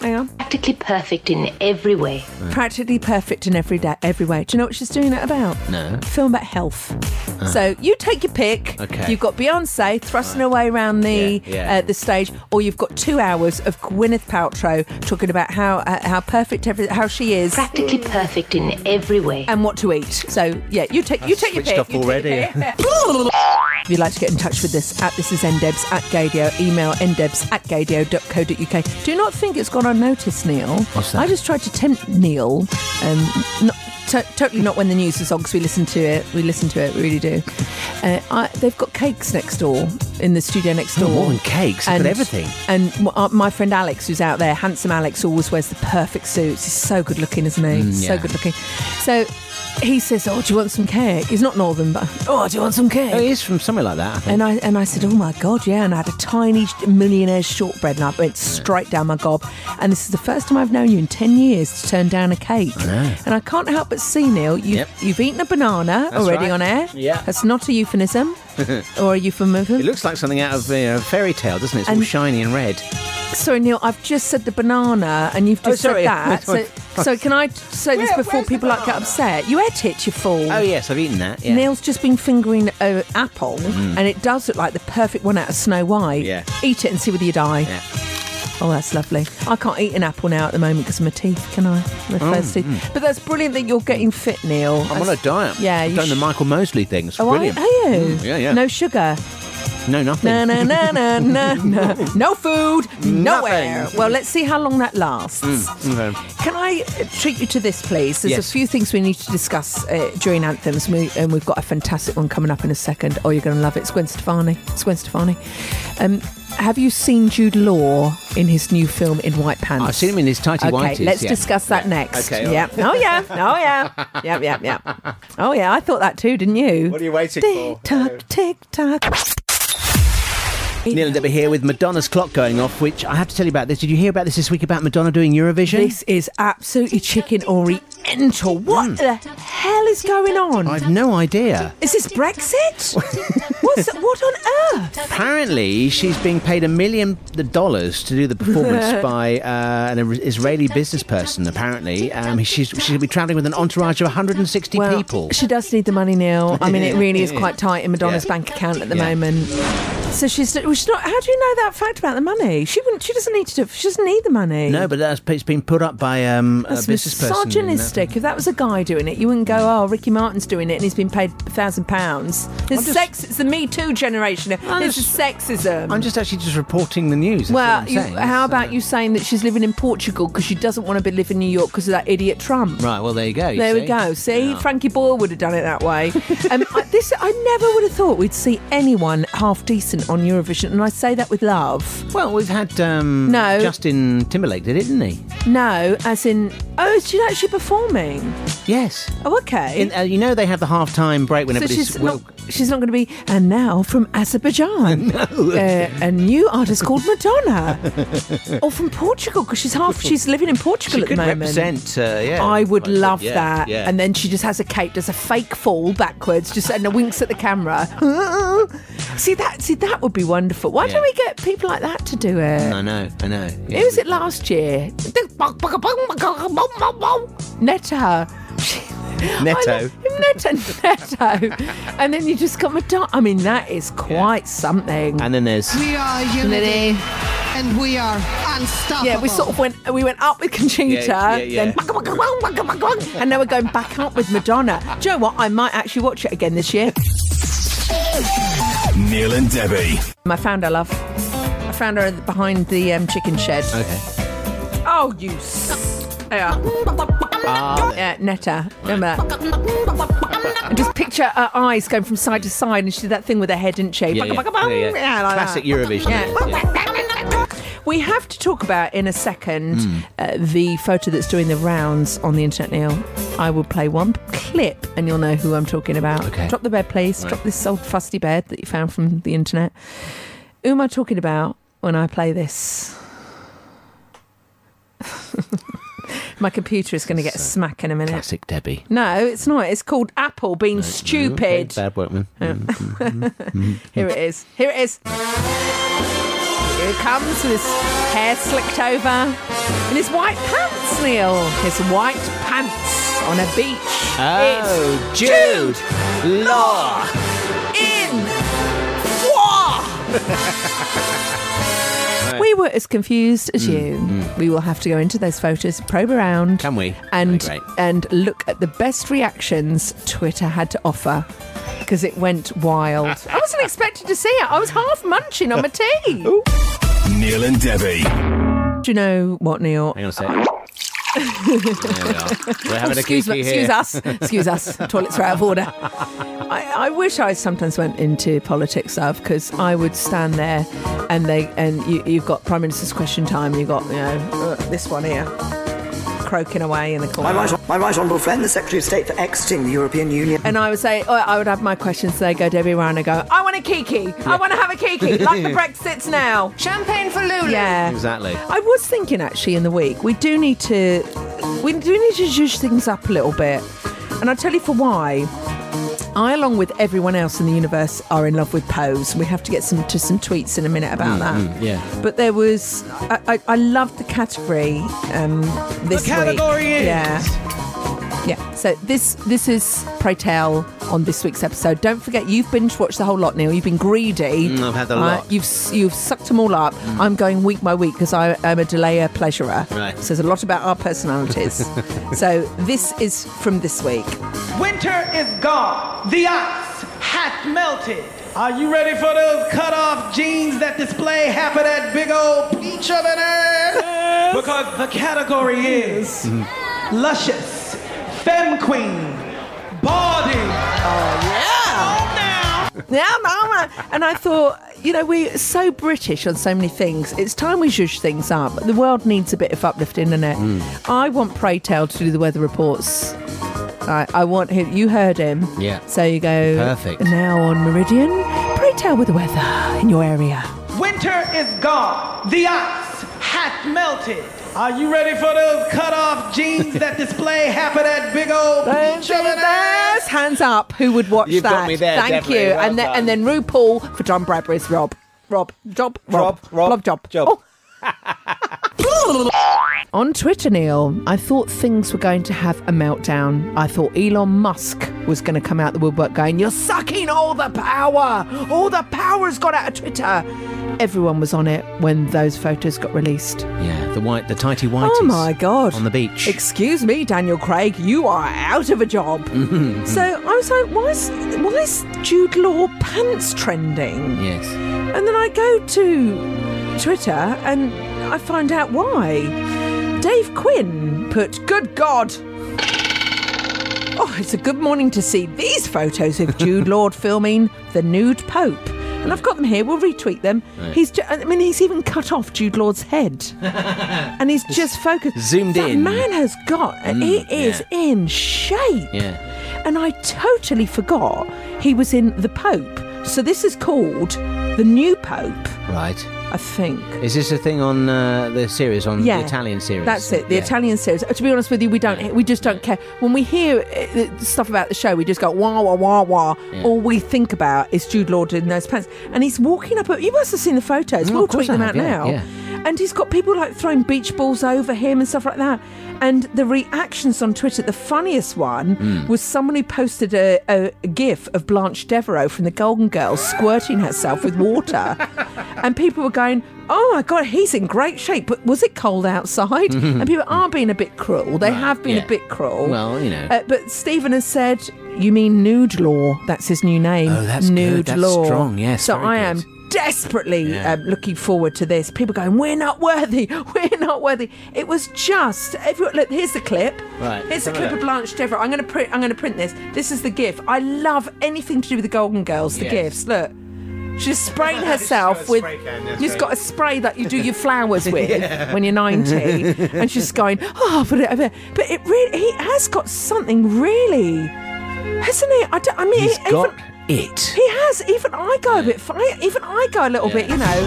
Speaker 3: Hang on.
Speaker 10: Practically perfect in every way.
Speaker 3: Practically perfect in every day, every way. Do you know what she's doing it about?
Speaker 4: No.
Speaker 3: Film about health.
Speaker 4: Ah.
Speaker 3: So you take your pick.
Speaker 4: Okay.
Speaker 3: You've got Beyonce thrusting her way around the
Speaker 4: Yeah, yeah.
Speaker 3: Uh, the stage, or you've got two hours of Gwyneth Paltrow talking about how uh, how perfect every, how she is,
Speaker 10: Practically perfect in every way,
Speaker 3: and what to eat. So yeah, you take you
Speaker 10: I've
Speaker 3: take your
Speaker 10: switched
Speaker 3: pick.
Speaker 10: off
Speaker 3: you take your
Speaker 10: already.
Speaker 3: pick. If you'd like to get in touch with us, at this is ndebs at gadio, email ndebs at gadio.co.uk. Do not think it's gone unnoticed, Neil.
Speaker 4: What's that?
Speaker 3: I just tried to tempt Neil. Um, not, to- totally not when the news was on, because we listen to it. We listen to it, we really do. Uh, I, they've got cakes next door, in the studio next
Speaker 4: Oh,
Speaker 3: door.
Speaker 4: more than cakes, they've got everything.
Speaker 3: And m- uh, my friend Alex, who's out there, handsome Alex, always wears the perfect suits. He's so good looking, isn't he?
Speaker 4: Mm, yeah.
Speaker 3: So good looking. So he says, "Oh, do you want some cake?" He's not northern, but oh, do you want some cake?
Speaker 4: Oh, it is from somewhere like that. I think.
Speaker 3: And I and I said, "Oh my god, yeah!" And I had a tiny millionaire's shortbread, and I went straight down my gob. And this is the first time I've known you in ten years to turn down a cake.
Speaker 4: I know.
Speaker 3: And I can't help but see, Neil, you
Speaker 4: Yep.
Speaker 3: you've eaten a banana
Speaker 4: That's
Speaker 3: already
Speaker 4: right.
Speaker 3: on air.
Speaker 4: Yeah.
Speaker 3: that's not a euphemism or a euphemism.
Speaker 4: it looks like something out of you know, a fairy tale, doesn't it? It's all
Speaker 3: And-
Speaker 4: shiny and red.
Speaker 3: Sorry, Neil, I've just said the banana, and you've
Speaker 4: Oh,
Speaker 3: just
Speaker 4: sorry.
Speaker 3: said that. So,
Speaker 4: Oh.
Speaker 3: so can I say this before people like get upset? You ate it, you fool.
Speaker 4: Oh yes, I've eaten that. Yeah.
Speaker 3: Neil's just been fingering an apple,
Speaker 4: Mm.
Speaker 3: and it does look like the perfect one out of Snow White.
Speaker 4: Yeah.
Speaker 3: Eat it and see whether you die. Oh, that's lovely. I can't eat an apple now at the moment because of my teeth, can I? My
Speaker 4: Mm,
Speaker 3: first teeth.
Speaker 4: mm.
Speaker 3: But that's brilliant that you're getting fit, Neil.
Speaker 4: I'm on a
Speaker 3: That's-
Speaker 4: diet.
Speaker 3: Yeah,
Speaker 4: I've
Speaker 3: you
Speaker 4: done the
Speaker 3: sh-
Speaker 4: Michael Mosley thing. It's
Speaker 3: Oh, are-
Speaker 4: brilliant.
Speaker 3: are you?
Speaker 4: Mm, yeah, yeah.
Speaker 3: No sugar.
Speaker 4: no nothing.
Speaker 3: No, no, no, no, no, no. No food, nowhere.
Speaker 4: Nothing.
Speaker 3: Well, let's see how long that lasts.
Speaker 4: Mm, okay.
Speaker 3: Can I uh, treat you to this, please? There's
Speaker 4: Yes.
Speaker 3: a few things we need to discuss uh, during anthems, and, we, and we've got a fantastic one coming up in a second. Oh, you're going to love it. It's Gwen Stefani. It's Gwen Stefani. Um, have you seen Jude Law in his new film in White Pants?
Speaker 4: I've seen him in his tighty
Speaker 3: Okay,
Speaker 4: whities.
Speaker 3: let's
Speaker 4: yeah.
Speaker 3: discuss that next.
Speaker 4: Okay, all
Speaker 3: Yeah.
Speaker 4: right.
Speaker 3: Oh yeah. Oh yeah. Yep. Yep. Yep. Oh yeah. I thought that too, didn't you? What
Speaker 4: are you waiting
Speaker 3: tick, for? Tick tock. Tick tock.
Speaker 4: Neil and Debbie here with Madonna's clock going off, which I have to tell you about this. Did you hear about this this week about Madonna doing Eurovision?
Speaker 3: This is absolutely chicken oriental. What
Speaker 4: Mm.
Speaker 3: the hell is going on?
Speaker 4: I've no idea.
Speaker 3: Is this Brexit? What's what on earth?
Speaker 4: Apparently, she's being paid a million dollars to do the performance by uh, an Israeli business person. Apparently, um, she's she'll be traveling with an entourage of 160 people.
Speaker 3: She does need the money, Neil. I mean, it really is quite tight in Madonna's
Speaker 4: Yeah.
Speaker 3: bank account at the
Speaker 4: Yeah.
Speaker 3: moment. So she's, well, she's not. How do you know that fact about the money? She wouldn't. She doesn't need to. Do, she doesn't need the money.
Speaker 4: No, but that's it's been put up by um, a
Speaker 3: That's
Speaker 4: business person.
Speaker 3: misogynistic. If that was a guy doing it, you wouldn't go, "Oh, Ricky Martin's doing it, and he's been paid a thousand pounds." It's
Speaker 4: just-
Speaker 3: sex. It's the Me Too generation. This is sexism.
Speaker 4: I'm just actually just reporting the news. that's all
Speaker 3: Well,
Speaker 4: I'm
Speaker 3: you,
Speaker 4: saying.
Speaker 3: how about you saying that she's living in Portugal because she doesn't want to be living in New York because of that idiot Trump?
Speaker 4: Right. Well, there you go. you
Speaker 3: there we
Speaker 4: see.
Speaker 3: go. See,
Speaker 4: Yeah.
Speaker 3: Frankie Boyle would have done it that way. um, I, this I never would have thought we'd see anyone half decent on Eurovision, and I say that with love.
Speaker 4: Well, we've had um,
Speaker 3: No.
Speaker 4: Justin Timberlake did it, didn't he?
Speaker 3: No, as in, oh, she's actually performing.
Speaker 4: Yes.
Speaker 3: Oh, okay.
Speaker 4: In, uh, you know they have the half-time break when
Speaker 3: so
Speaker 4: everybody's
Speaker 3: she's
Speaker 4: well,
Speaker 3: not, she's not going to be. And now from Azerbaijan, uh, a new artist called Madonna, or from Portugal because she's half. She's living in Portugal
Speaker 4: she
Speaker 3: at the
Speaker 4: could
Speaker 3: moment.
Speaker 4: represent. Uh, yeah,
Speaker 3: I would
Speaker 4: quite good,
Speaker 3: love
Speaker 4: yeah,
Speaker 3: that.
Speaker 4: Yeah.
Speaker 3: And then she just has a cape, does a fake fall backwards, just and a winks at the camera. see that? See that would be wonderful. Why don't we get people like that to do it?
Speaker 4: I know. I know.
Speaker 3: Who was it last year? Netta. I
Speaker 4: Netto.
Speaker 3: love- Netta, Netto. And then you just got Madonna. I mean, that is quite something.
Speaker 4: And then there's
Speaker 15: We are unity and we are unstoppable.
Speaker 3: Yeah, we sort of went we went up with Conchita,
Speaker 15: Yeah, yeah, yeah.
Speaker 3: then waka, waka, wong, waka, waka, wong, and now we're going back up with Madonna. Do you know what? I might actually watch it again this year.
Speaker 16: Neil and Debbie.
Speaker 3: I found her, love. I found her behind the um, chicken shed.
Speaker 4: Okay.
Speaker 3: Oh, you. S- yeah. yeah, Netta. Remember that? and just picture her eyes going from side to side, and she did that thing with her head, didn't she?
Speaker 4: Yeah, yeah. Yeah, yeah.
Speaker 3: Yeah, like
Speaker 4: Classic
Speaker 3: that.
Speaker 4: Eurovision.
Speaker 3: Yeah.
Speaker 4: that is, yeah.
Speaker 3: We have to talk about in a second
Speaker 16: Hmm.
Speaker 3: uh, the photo that's doing the rounds on the internet now. I will play one clip and you'll know who I'm talking about.
Speaker 16: Okay.
Speaker 3: Drop the bed, please.
Speaker 16: Right.
Speaker 3: Drop this old fusty bed that you found from the internet. Who am I talking about when I play this? My computer is going to get a smack in a minute.
Speaker 4: Classic Debbie.
Speaker 3: No, it's not. It's called Apple being
Speaker 4: Okay,
Speaker 3: stupid.
Speaker 4: bad workman. Mm.
Speaker 3: Here it is. Here it is. Here it comes with his hair slicked over and his white pants, Neil. His white pants on a beach.
Speaker 4: Oh,
Speaker 3: It's
Speaker 4: Jude Law.
Speaker 3: In. We were as confused
Speaker 4: Hmm.
Speaker 3: as you. We will have to go into those photos, probe around. Can
Speaker 4: we?
Speaker 3: And
Speaker 4: That'd be
Speaker 3: and look at the best reactions Twitter had to offer because it went wild. I wasn't expecting to see it. I was half munching on my tea.
Speaker 17: Neil and Debbie.
Speaker 3: Do you know what, Neil?
Speaker 4: Hang on a sec. there we are. We're having a
Speaker 3: excuse,
Speaker 4: kiki
Speaker 3: me-
Speaker 4: here.
Speaker 3: excuse us, excuse us. Toilets are out of order. I, I wish I sometimes went into politics, love, because I would stand there, and they and you, you've got prime minister's question time. You've got you know uh, this one here, croaking away in the corner.
Speaker 18: My right, my right honourable friend, the Secretary of State for exiting the European Union.
Speaker 3: and I would say, oh, I would have my questions. They go Debbie Ryan. I go, I want a kiki. I want to have a kiki, like the Brexits now. Champagne for Lulu. Yeah,
Speaker 4: Exactly.
Speaker 3: I was thinking actually in the week we do need to we do need to zhuzh things up a little bit, and I'll tell you for why. I, along with everyone else in the universe, are in love with Pose. We have to get some to some tweets in a minute about
Speaker 4: Mm,
Speaker 3: that.
Speaker 4: mm, yeah.
Speaker 3: But there was, I, I, I loved the category. Um, this
Speaker 4: The category
Speaker 3: week.
Speaker 4: is-
Speaker 3: yeah. Yeah, so this this is Pray Tell on this week's episode. Don't forget, you've binge watched the whole lot, Neil. You've been greedy.
Speaker 4: Mm, I've had a
Speaker 3: Uh,
Speaker 4: lot. Mm.
Speaker 3: You've you've sucked them all up. I'm going week by week because I am a delayer pleasurer.
Speaker 4: Right.
Speaker 3: Says a lot about our personalities. so this is from this week.
Speaker 19: Winter is gone. The ice hath melted. Are you ready for those cut-off jeans that display half of that big old peach of an ass? Because the category is luscious, femme queen, body.
Speaker 3: Yeah. Yeah, mama. And I thought, you know, we're so British on so many things. It's time we zhuzh things up. The world needs a bit of uplifting, doesn't it?
Speaker 4: Hmm.
Speaker 3: I want Pray Tell to do the weather reports. I, I want him. You heard him.
Speaker 4: Yeah.
Speaker 3: So you go.
Speaker 4: Perfect.
Speaker 3: Now on Meridian, Pray Tell with the weather in your area.
Speaker 19: Winter is gone. The ice hath melted. Are you ready for those cut-off jeans that display half of that big old peach of an ass?
Speaker 3: Yes, hands up. Who would watch
Speaker 19: You've
Speaker 3: that?
Speaker 19: got me there,
Speaker 3: Thank
Speaker 19: definitely.
Speaker 3: you.
Speaker 19: Well
Speaker 3: and then and then RuPaul for John Bradbury's Rob. Rob, job, Rob, Rob, job, job. On Twitter, Neil, I thought things were going to have a meltdown. I thought Elon Musk was going to come out the woodwork going, You're sucking all the power! All the power's got out of Twitter! Everyone was on it when those photos got released.
Speaker 4: Yeah, the white, the tighty whities.
Speaker 3: Oh my God.
Speaker 4: On the beach.
Speaker 3: Excuse me, Daniel Craig, you are out of a job.
Speaker 4: Mhm.
Speaker 3: So I was like, why is, why is Jude Law pants trending?
Speaker 4: Yes.
Speaker 3: And then I go to Twitter and I find out why. Dave Quinn put, Good God! Oh, it's a good morning to see these photos of Jude Law filming The Nude Pope. And I've got them here. We'll retweet them.
Speaker 4: Right.
Speaker 3: He's, ju- I mean, he's even cut off Jude Law's head, and he's just focused.
Speaker 4: Zoomed
Speaker 3: that
Speaker 4: in.
Speaker 3: man has got, and he
Speaker 4: Mm,
Speaker 3: is in shape.
Speaker 4: Yeah.
Speaker 3: And I totally forgot he was in the Pope. So this is called the new Pope,
Speaker 4: Right.
Speaker 3: I think.
Speaker 4: Is this a thing on uh, the series on
Speaker 3: Yeah,
Speaker 4: the Italian series?
Speaker 3: That's it, the
Speaker 4: Yeah.
Speaker 3: Italian series. Uh, To be honest with you, we don't, we just don't care. When we hear uh, the stuff about the show, we just go wah wah wah wah.
Speaker 4: Yeah.
Speaker 3: All we think about is Jude Law in those pants, and he's walking up. A, you must have seen the photos.
Speaker 4: Mm,
Speaker 3: we'll
Speaker 4: of course
Speaker 3: tweet them
Speaker 4: I
Speaker 3: out
Speaker 4: have, yeah,
Speaker 3: now.
Speaker 4: yeah.
Speaker 3: And he's got people like throwing beach balls over him and stuff like that. And the reactions on Twitter, the funniest one
Speaker 4: Hmm.
Speaker 16: Mm.
Speaker 3: was someone who posted a, a, a gif of Blanche Devereaux from the Golden Girls squirting herself with water. and people were going, Oh my God, he's in great shape. But was it cold outside?
Speaker 4: Mhm.
Speaker 3: and people are being a bit cruel. They have been
Speaker 4: yeah.
Speaker 3: a bit cruel.
Speaker 4: Well, you know.
Speaker 3: Uh, but Stephen has said, You mean Nude Law? That's his new name.
Speaker 4: Oh, that's good.
Speaker 3: Nude
Speaker 4: That's
Speaker 3: Law.
Speaker 4: strong. Yes,
Speaker 3: So
Speaker 4: very
Speaker 3: I
Speaker 4: good.
Speaker 3: am desperately um, looking forward to this. People going, "We're not worthy. We're not worthy." It was just. Everyone, look, here's the clip.
Speaker 4: Right,
Speaker 3: Here's the
Speaker 4: some of
Speaker 3: clip
Speaker 4: that.
Speaker 3: of Blanche Devereaux. I'm going to print. I'm going to print this. This is the GIF. I love anything to do with the Golden Girls. The
Speaker 16: Yes.
Speaker 3: GIFs. Look. She's spraying herself
Speaker 16: She's got a
Speaker 3: with.
Speaker 16: spray can, that's
Speaker 3: you've
Speaker 16: right.
Speaker 3: got a spray that you do your flowers with
Speaker 16: Yeah.
Speaker 3: when you're 90, and she's going, oh, but it, but it really, he has got something really, hasn't he? I, don't, I mean,
Speaker 4: He's
Speaker 3: even,
Speaker 4: got it.
Speaker 3: he has. Even I go a bit, fu- I- even I go a little bit, you know.
Speaker 4: I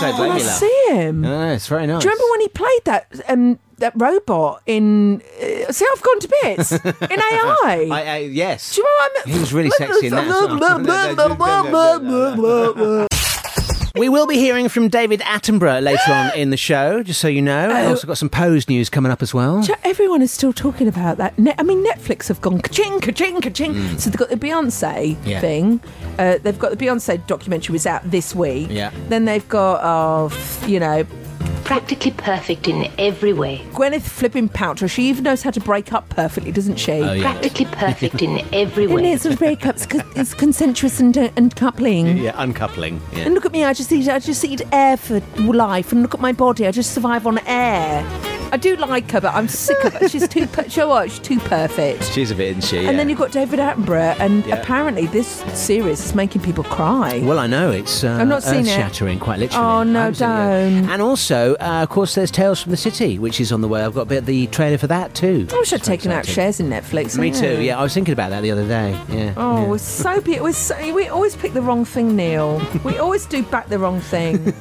Speaker 4: don't
Speaker 3: When
Speaker 4: blame
Speaker 3: I
Speaker 4: you, love.
Speaker 3: see him.
Speaker 4: No, no, it's very nice.
Speaker 3: Do you remember when he played that um, that robot in? Uh, see, I've gone to bits in AI.
Speaker 4: I, I, yes.
Speaker 3: Do you remember?
Speaker 4: He was really sexy in that as well. We will be hearing from David Attenborough later on in the show, just so you know.
Speaker 3: Oh.
Speaker 4: I've also got some Pose news coming up as well.
Speaker 3: Do you know, Everyone is still talking about that. Ne- I mean, Netflix have gone ka-ching, ka-ching, ka-ching.
Speaker 4: Mm.
Speaker 3: So they've got the Beyonce
Speaker 4: Yeah.
Speaker 3: thing. Uh, they've got the Beyonce documentary was out this week.
Speaker 10: Yeah.
Speaker 3: Then they've got, uh, f- you know,
Speaker 10: Practically perfect in every way.
Speaker 3: Gwyneth flipping Paltrow. She even knows how to break up perfectly, doesn't she?
Speaker 4: Oh,
Speaker 10: Practically perfect in every
Speaker 3: And
Speaker 10: way.
Speaker 3: it's a breakups. co- It's consensuous and, uh, and coupling.
Speaker 4: Yeah, uncoupling. Yeah.
Speaker 3: And look at me, I just eat I just eat air for life and look at my body, I just survive on air. I do like her, but I'm sick of her. She's too per- show what, she's too perfect.
Speaker 4: She's a bit, isn't she?
Speaker 3: And then you've got David Attenborough and
Speaker 4: Yeah.
Speaker 3: apparently this series is making people cry.
Speaker 4: Well, I know it's uh,
Speaker 3: I've not seen it.
Speaker 4: earth-shattering, quite literally.
Speaker 3: Oh no,
Speaker 4: Absolutely.
Speaker 3: don't.
Speaker 4: And also, uh, of course, there's Tales from the City, which is on the way. I've got a bit of the trailer for that too.
Speaker 3: I wish I'd taken out shares in Netflix.
Speaker 4: Me
Speaker 3: yeah.
Speaker 4: too. Yeah, I was thinking about that the other day. Yeah.
Speaker 3: Oh, we're so, pe- we're so we always pick the wrong thing, Neil. we always do back the wrong thing.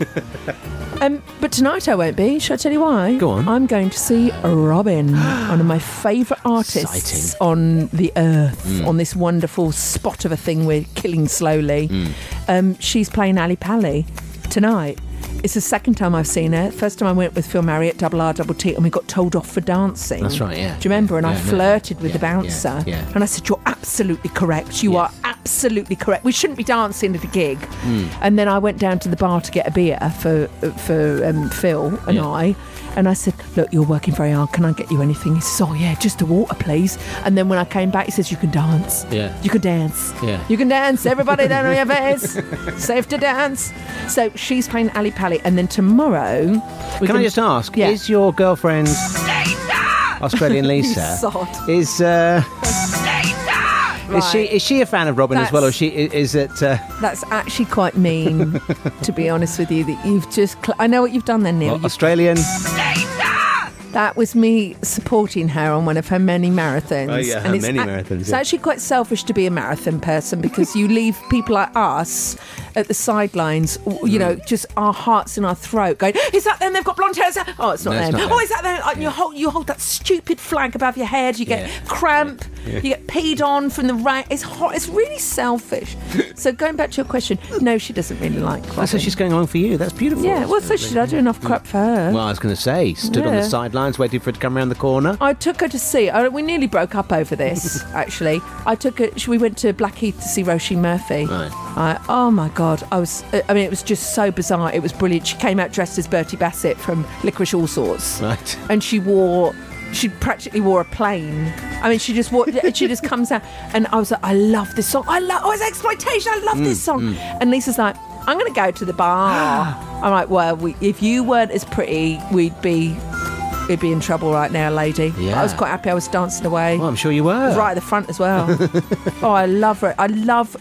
Speaker 3: Um, but tonight I won't be. Shall I tell you why? Go on. I'm going to see Robin, one of my favourite artists on the earth,
Speaker 16: Mm.
Speaker 3: on this wonderful spot of a thing we're killing slowly.
Speaker 4: Mm.
Speaker 3: Um, she's playing Ali Pally tonight. It's the second time I've seen her. First time I went with Phil Marriott, Double R, Double T, and we got told off for dancing.
Speaker 4: That's right, yeah.
Speaker 3: Do you remember? And I
Speaker 4: Yeah, I know.
Speaker 3: flirted with the
Speaker 4: Yeah, yeah,
Speaker 3: bouncer.
Speaker 4: yeah.
Speaker 3: And I said, You're absolutely correct. You are absolutely correct. We shouldn't be dancing at a gig.
Speaker 4: Hmm.
Speaker 16: Mm.
Speaker 3: And then I went down to the bar to get a beer for for um, Phil and
Speaker 16: Yeah.
Speaker 3: I. And I said, Look, you're working very hard. Can I get you anything? He says, Oh, yeah, just a water, please. And then when I came back, he says, You can dance.
Speaker 16: Yeah.
Speaker 3: You can dance.
Speaker 16: Yeah.
Speaker 3: You can dance. Everybody down on your face. Safe to dance. So she's playing Ali Pally. And then tomorrow.
Speaker 4: Can, I just ask?
Speaker 3: Yeah.
Speaker 4: Is your girlfriend Australian Lisa?
Speaker 3: Sod.
Speaker 4: is uh, is she
Speaker 3: Right.
Speaker 4: is she a fan of Robin as well, or
Speaker 3: That's-
Speaker 4: she i- is it? Uh,
Speaker 3: That's actually quite mean, to be honest with you. That you've just. Cl- I know what you've done there, Neil.
Speaker 4: well, Australian.
Speaker 3: That was me supporting her on one of her many marathons.
Speaker 4: Oh, yeah, her
Speaker 3: And it's
Speaker 4: many marathons,
Speaker 3: It's
Speaker 4: yeah.
Speaker 3: actually quite selfish to be a marathon person because you leave people like us at the sidelines, w- you
Speaker 4: Mm.
Speaker 3: know, just our hearts in our throat going, is that them? They've got blonde hair. Is that-" Oh, it's not
Speaker 16: No, it's
Speaker 3: them.
Speaker 16: not
Speaker 3: oh,
Speaker 16: them.
Speaker 3: is that them? And you, hold, you hold that stupid flag above your head. You get cramp.
Speaker 16: Yeah.
Speaker 3: You get peed on from the rain. It's hot. It's really selfish. so going back to your question, no, she doesn't really like
Speaker 4: Oh, so
Speaker 3: Robin.
Speaker 4: she's going along for you. That's beautiful.
Speaker 3: Yeah, well, so should I do enough crap for her?
Speaker 4: Well, I was going to say, stood on the
Speaker 3: Yeah.
Speaker 4: sidelines waiting for it to come around the corner.
Speaker 3: I took her to see. I, we nearly broke up over this, actually. I took her. she- We went to Blackheath to see Roisin Murphy.
Speaker 16: Right.
Speaker 3: I, oh my god! I was. uh, I mean, it was just so bizarre. It was brilliant. She came out dressed as Bertie Bassett from Licorice All Sorts,
Speaker 4: Right.
Speaker 3: and she wore. She practically wore a plane. I mean, she just wore, she just comes out, and I was like, I love this song. I love. Oh, it's exploitation. I love
Speaker 16: Mm,
Speaker 3: this song.
Speaker 16: mm.
Speaker 3: And Lisa's like, I'm going to go to the bar. I'm like, well, we, if you weren't as pretty, we'd be we'd be in trouble right now, lady. But I was
Speaker 4: Yeah.
Speaker 3: quite happy. I was dancing away.
Speaker 4: Well, I'm sure you were.
Speaker 3: I was right at the front as well. oh, I love her. I love,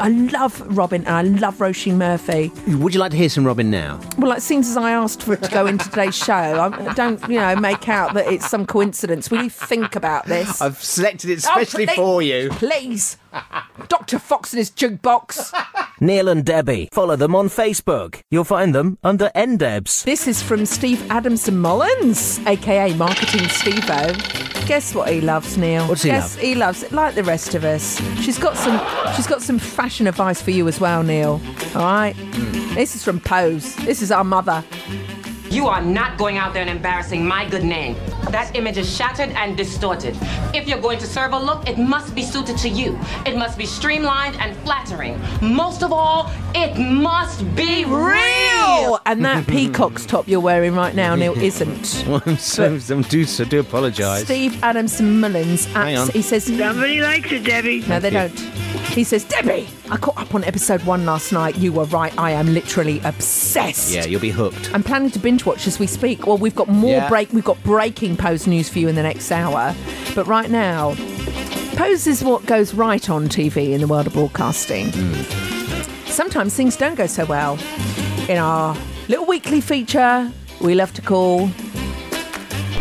Speaker 3: I love Robin and I love Roisin Murphy.
Speaker 4: Would you like to hear some Robin now?
Speaker 3: Well, it seems as I asked for it to go in today's show. I don't, you know, make out that it's some coincidence. Will you think about this?
Speaker 4: I've selected it
Speaker 3: Oh,
Speaker 4: specially
Speaker 3: please-
Speaker 4: for you.
Speaker 3: Please. Dr. Fox and his jukebox.
Speaker 20: Neil and Debbie. Follow them on Facebook. You'll find them under NDebs.
Speaker 3: This is from Steve Adamson Mullins, aka Marketing Stevo. Guess what he loves, Neil?
Speaker 20: What's he
Speaker 3: Guess
Speaker 20: love?
Speaker 3: he loves it like the rest of us. She's got some she's got some fashion advice for you as well, Neil. Alright?
Speaker 4: Hmm.
Speaker 3: This is from Pose. This is our mother.
Speaker 5: You are not going out there and embarrassing my good name. That image is shattered and distorted. If you're going to serve a look, it must be suited to you. It must be streamlined and flattering. Most of all, it must be real.
Speaker 3: Oh, And that peacock's top you're wearing right now, Neil, isn't.
Speaker 4: Well, I'm so, I'm do, so do apologise.
Speaker 3: Steve Adamson Mullins
Speaker 4: Hang on.
Speaker 3: at, he says Nobody likes it, Debbie. No, they don't. He says, Debbie, I caught up on episode one last night. You were right. I am literally obsessed.
Speaker 4: Yeah, you'll be hooked.
Speaker 3: I'm planning to binge watch as we speak. Well, we've got more
Speaker 4: Yeah.
Speaker 3: break. We've got breaking Pose news for you in the next hour. But right now, Pose is what goes right on TV in the world of broadcasting.
Speaker 4: Hmm.
Speaker 3: Sometimes things don't go so well. In our little weekly feature, we love to call.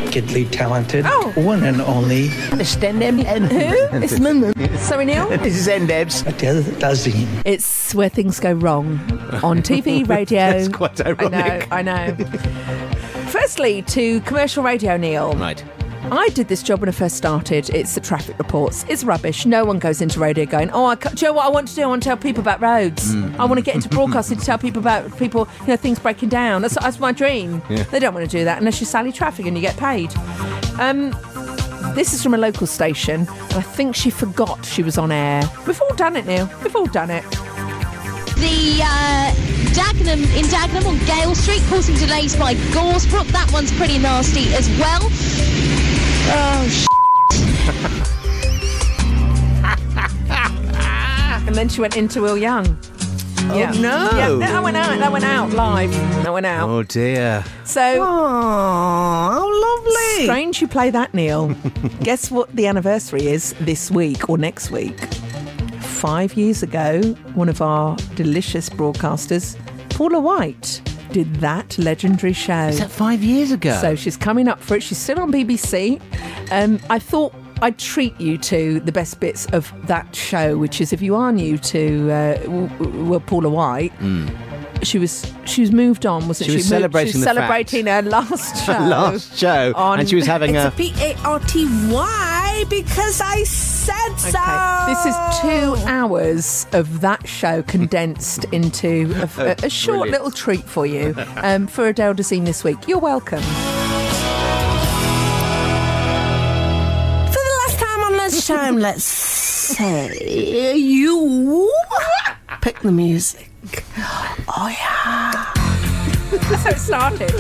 Speaker 16: Wickedly talented. One and only.
Speaker 3: Understand them? Who? It's Mum. Sorry, Neil.
Speaker 16: This is Endebs. Adele Dazin.
Speaker 3: It's where things go wrong on TV, radio.
Speaker 16: That's quite ironic.
Speaker 3: I know. I know. Firstly, to commercial radio, Neil.
Speaker 4: Right.
Speaker 3: I did this job when I first started. It's the traffic reports. It's rubbish. No one goes into radio going, "Oh, I ca- do you know what I want to do? I want to tell people about roads.
Speaker 16: Hmm.
Speaker 21: Mm.
Speaker 3: I want to get into broadcasting to tell people about people, you know, things breaking down. That's that's my dream."
Speaker 21: Yeah.
Speaker 3: They don't want to do that unless you're Sally Traffic and you get paid. Um, this is from a local station, and I think she forgot she was on air. We've all done it, Neil. We've all done it.
Speaker 22: The uh, Dagenham in Dagenham on Gale Street causing delays by Goresbrook. That one's pretty nasty as well. Oh, sh-
Speaker 3: and then she went into Will Young.
Speaker 4: Oh, no.
Speaker 3: Yeah, that went out. That went out live. That went out.
Speaker 4: Oh dear.
Speaker 3: So. Oh, lovely. Strange you play that, Neil. Guess what the anniversary is this week or next week? Five years ago, one of our delicious broadcasters, Paula White, did that legendary show. Is
Speaker 4: that five years ago?
Speaker 3: So she's coming up for it. She's still on BBC. Um, I thought. I'd treat you to the best bits of that show, which is if you are new to uh, w- w- w- Paula White, she was she was moved on, wasn't
Speaker 4: Hmm. She
Speaker 3: she?
Speaker 4: was
Speaker 3: Moved-
Speaker 4: celebrating
Speaker 3: she was
Speaker 4: the fact.
Speaker 3: celebrating her last show.
Speaker 4: Last show,
Speaker 3: on-
Speaker 4: and she was having
Speaker 23: It's
Speaker 4: a.
Speaker 23: a P A R T Y because I said so.
Speaker 3: This is two hours of that show condensed into a, a- a short
Speaker 23: Brilliant.
Speaker 3: little treat for you um, for Adele Dazeem this week. You're welcome.
Speaker 23: For the last time on lunchtime, let's say you pick the music. Oh yeah.
Speaker 3: That's how it started.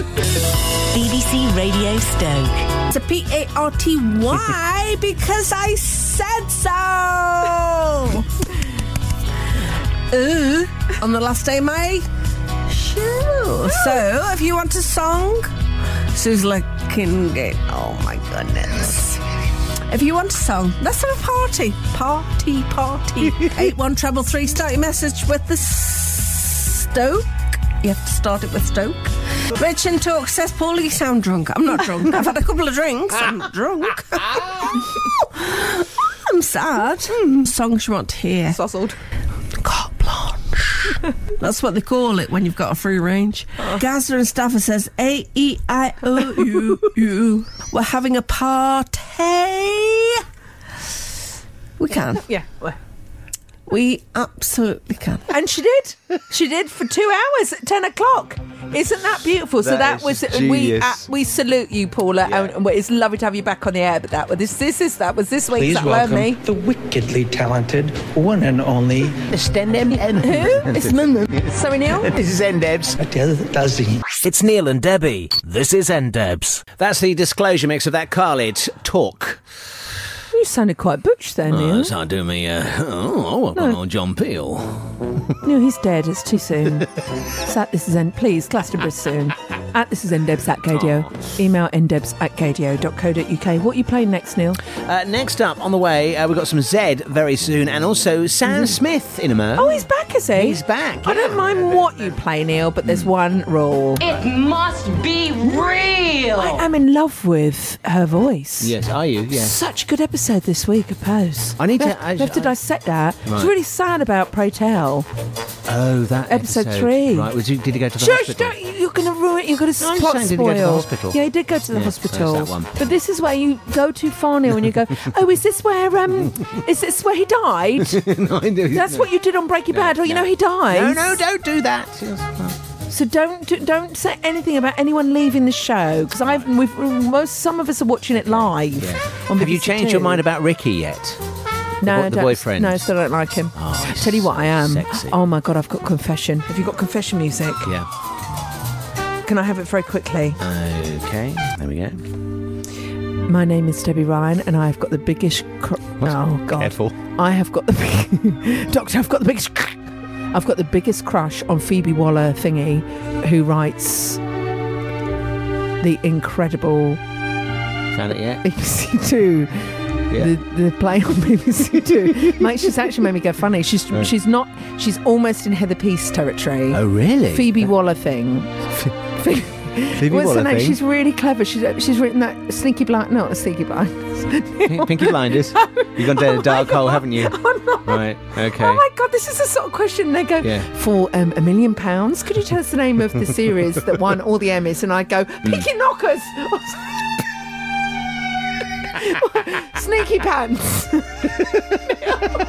Speaker 23: BBC Radio Stoke. It's a P A R T Y because I said so. Ooh, on the last day of my show. So, if you want a song, Sue's looking good. Oh my goodness. If you want a song, let's have a party. Party, party. 81333, start your message with the s- Stoke. You have to start it with Stoke. Rich and Talk says, Paulie, sound drunk. I'm not drunk. I've had a couple of drinks. I'm not drunk. I'm sad. Songs you want to hear.
Speaker 3: Sozzled.
Speaker 23: Carte blanche. That's what they call it when you've got a free range. Gazza and Stafford says A E I O U U. We're having a party. We can.
Speaker 3: Yeah. well,
Speaker 23: We absolutely can.
Speaker 3: And she did. She did for two hours at ten o'clock. Isn't that beautiful? so
Speaker 23: That
Speaker 3: that
Speaker 23: is
Speaker 3: was we
Speaker 23: genius.
Speaker 3: uh, we salute you, Paula. And it's lovely to have you back on the air. But that was this this is that was this week's
Speaker 16: Please
Speaker 3: that
Speaker 16: welcome
Speaker 3: were me.
Speaker 16: the wickedly talented one and only.
Speaker 3: Who? It's Mum. Sorry, Neil.
Speaker 16: This is Endebs. Adele Dazin.
Speaker 20: It's Neil and Debbie. This is Endebs.
Speaker 4: That's the disclosure mix of that Khalid talk.
Speaker 3: You sounded quite butch there,
Speaker 4: Oh,
Speaker 3: Neil.
Speaker 4: that's how I do me. Uh, oh, I've got
Speaker 3: No.
Speaker 4: old John Peel.
Speaker 3: No, he's dead. It's too soon. so at this is end. Please, Glastonbury soon. At this is endebs at gadio. Email endebs at gadio.co.uk. What are you playing next, Neil?
Speaker 4: Uh, next up on the way, uh, we've got some Zed very soon, and also Sam Smith in a moment.
Speaker 3: Mm. Oh, he's back, is he? He's
Speaker 4: back.
Speaker 3: I don't mind what you play, Neil, but there's one rule.
Speaker 5: It must be real.
Speaker 4: Oh.
Speaker 3: I am in love with her voice.
Speaker 4: Yes, are you? Yes.
Speaker 3: Such a good episode this week, I suppose.
Speaker 4: I need
Speaker 3: we
Speaker 4: to-
Speaker 3: Have,
Speaker 4: I-
Speaker 3: we have to
Speaker 4: I-
Speaker 3: dissect that. It's
Speaker 4: Right.
Speaker 3: really sad about Pray Tell.
Speaker 4: Oh, that
Speaker 3: Episode
Speaker 4: episode,
Speaker 3: three.
Speaker 4: Right, was you, did he go to the
Speaker 3: Shush,
Speaker 4: hospital?
Speaker 3: don't, you're going to ruin You're going to
Speaker 4: No, I'm
Speaker 3: plot
Speaker 4: saying,
Speaker 3: spoil.
Speaker 4: did he go to the hospital?
Speaker 3: Yeah, he did go to the
Speaker 4: Yeah, so it's
Speaker 3: hospital.
Speaker 4: that one.
Speaker 3: But this is where you go too far, Neil, and you go, oh, is this where um, is this where he died?
Speaker 4: No, I do-
Speaker 3: That's
Speaker 4: no.
Speaker 3: what you did on Breaking
Speaker 4: No,
Speaker 3: Bad. Oh, you
Speaker 4: no.
Speaker 3: know he dies.
Speaker 4: No, no,
Speaker 3: don't do that. So don't do- don't say anything about anyone leaving the show because I've we've, most some of us are watching it live. On
Speaker 4: Have you
Speaker 3: BBC
Speaker 4: changed your
Speaker 3: Two.
Speaker 4: mind about Ricky yet?
Speaker 3: No,
Speaker 4: The bo-
Speaker 3: I
Speaker 4: the
Speaker 3: don't-
Speaker 4: boyfriend. Oh,
Speaker 3: No, I still don't like him. Tell you what, I am.
Speaker 4: sexy.
Speaker 3: Oh my god, I've got confession. Have you got confession music?
Speaker 4: Yeah.
Speaker 3: Can I have it very quickly?
Speaker 4: Okay. There we go.
Speaker 3: My name is Debbie Ryan, and I've got the biggest. Cr- oh God!
Speaker 4: Careful.
Speaker 3: I have got the big- doctor. I've got the biggest. cr- I've got the biggest crush on Phoebe Waller thingy, who writes the incredible
Speaker 4: Found it yet?
Speaker 3: BBC Two.
Speaker 4: Yeah.
Speaker 3: The, the play on BBC Two. Mate, she's actually made me go funny. She's
Speaker 4: Right.
Speaker 3: she's not. She's almost in Heather Peace territory.
Speaker 4: Oh, really?
Speaker 3: Phoebe Waller thing. Phoebe,
Speaker 4: Phoebe
Speaker 3: What's
Speaker 4: Waller
Speaker 3: her name?
Speaker 4: thing?
Speaker 3: She's really clever. She's uh, she's written that Sneaky Blind. Not Sneaky Blind.
Speaker 4: Pinky Blinders. You've gone down a dark hole, haven't you? Right. Okay.
Speaker 3: Oh my god, this is the sort of question they go
Speaker 4: Yeah.
Speaker 3: for um, a million pounds. Could you tell us the name of the series that won all the Emmys? And I go
Speaker 4: Mm.
Speaker 3: Pinky Knockers, Sneaky Pants. Neil,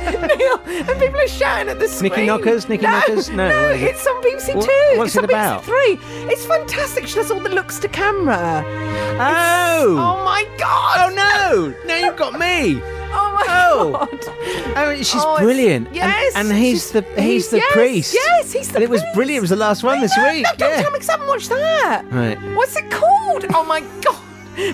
Speaker 3: Neil, and people are shouting at the screen.
Speaker 4: Sneaky Knockers, Nicky
Speaker 3: no,
Speaker 4: Knockers? No,
Speaker 3: no,
Speaker 4: what is it?
Speaker 3: it's on BBC
Speaker 4: What-
Speaker 3: Two.
Speaker 4: what's
Speaker 3: it's on
Speaker 4: it about?
Speaker 3: BBC Three. It's fantastic. She does all the looks to camera.
Speaker 4: Oh!
Speaker 3: oh my god!
Speaker 4: Oh no! Now you've got me.
Speaker 3: Oh my god!
Speaker 4: Oh, she's
Speaker 3: it's-
Speaker 4: brilliant. And-
Speaker 3: yes,
Speaker 4: And, he's the he's, the
Speaker 3: yes,
Speaker 4: priest.
Speaker 3: yes, he's the
Speaker 4: And it was brilliant. It was the last one this
Speaker 3: No,
Speaker 4: week.
Speaker 3: no, don't
Speaker 4: yeah.
Speaker 3: tell me 'cause I haven't watched that.
Speaker 4: Right.
Speaker 3: What's it called? Oh my god,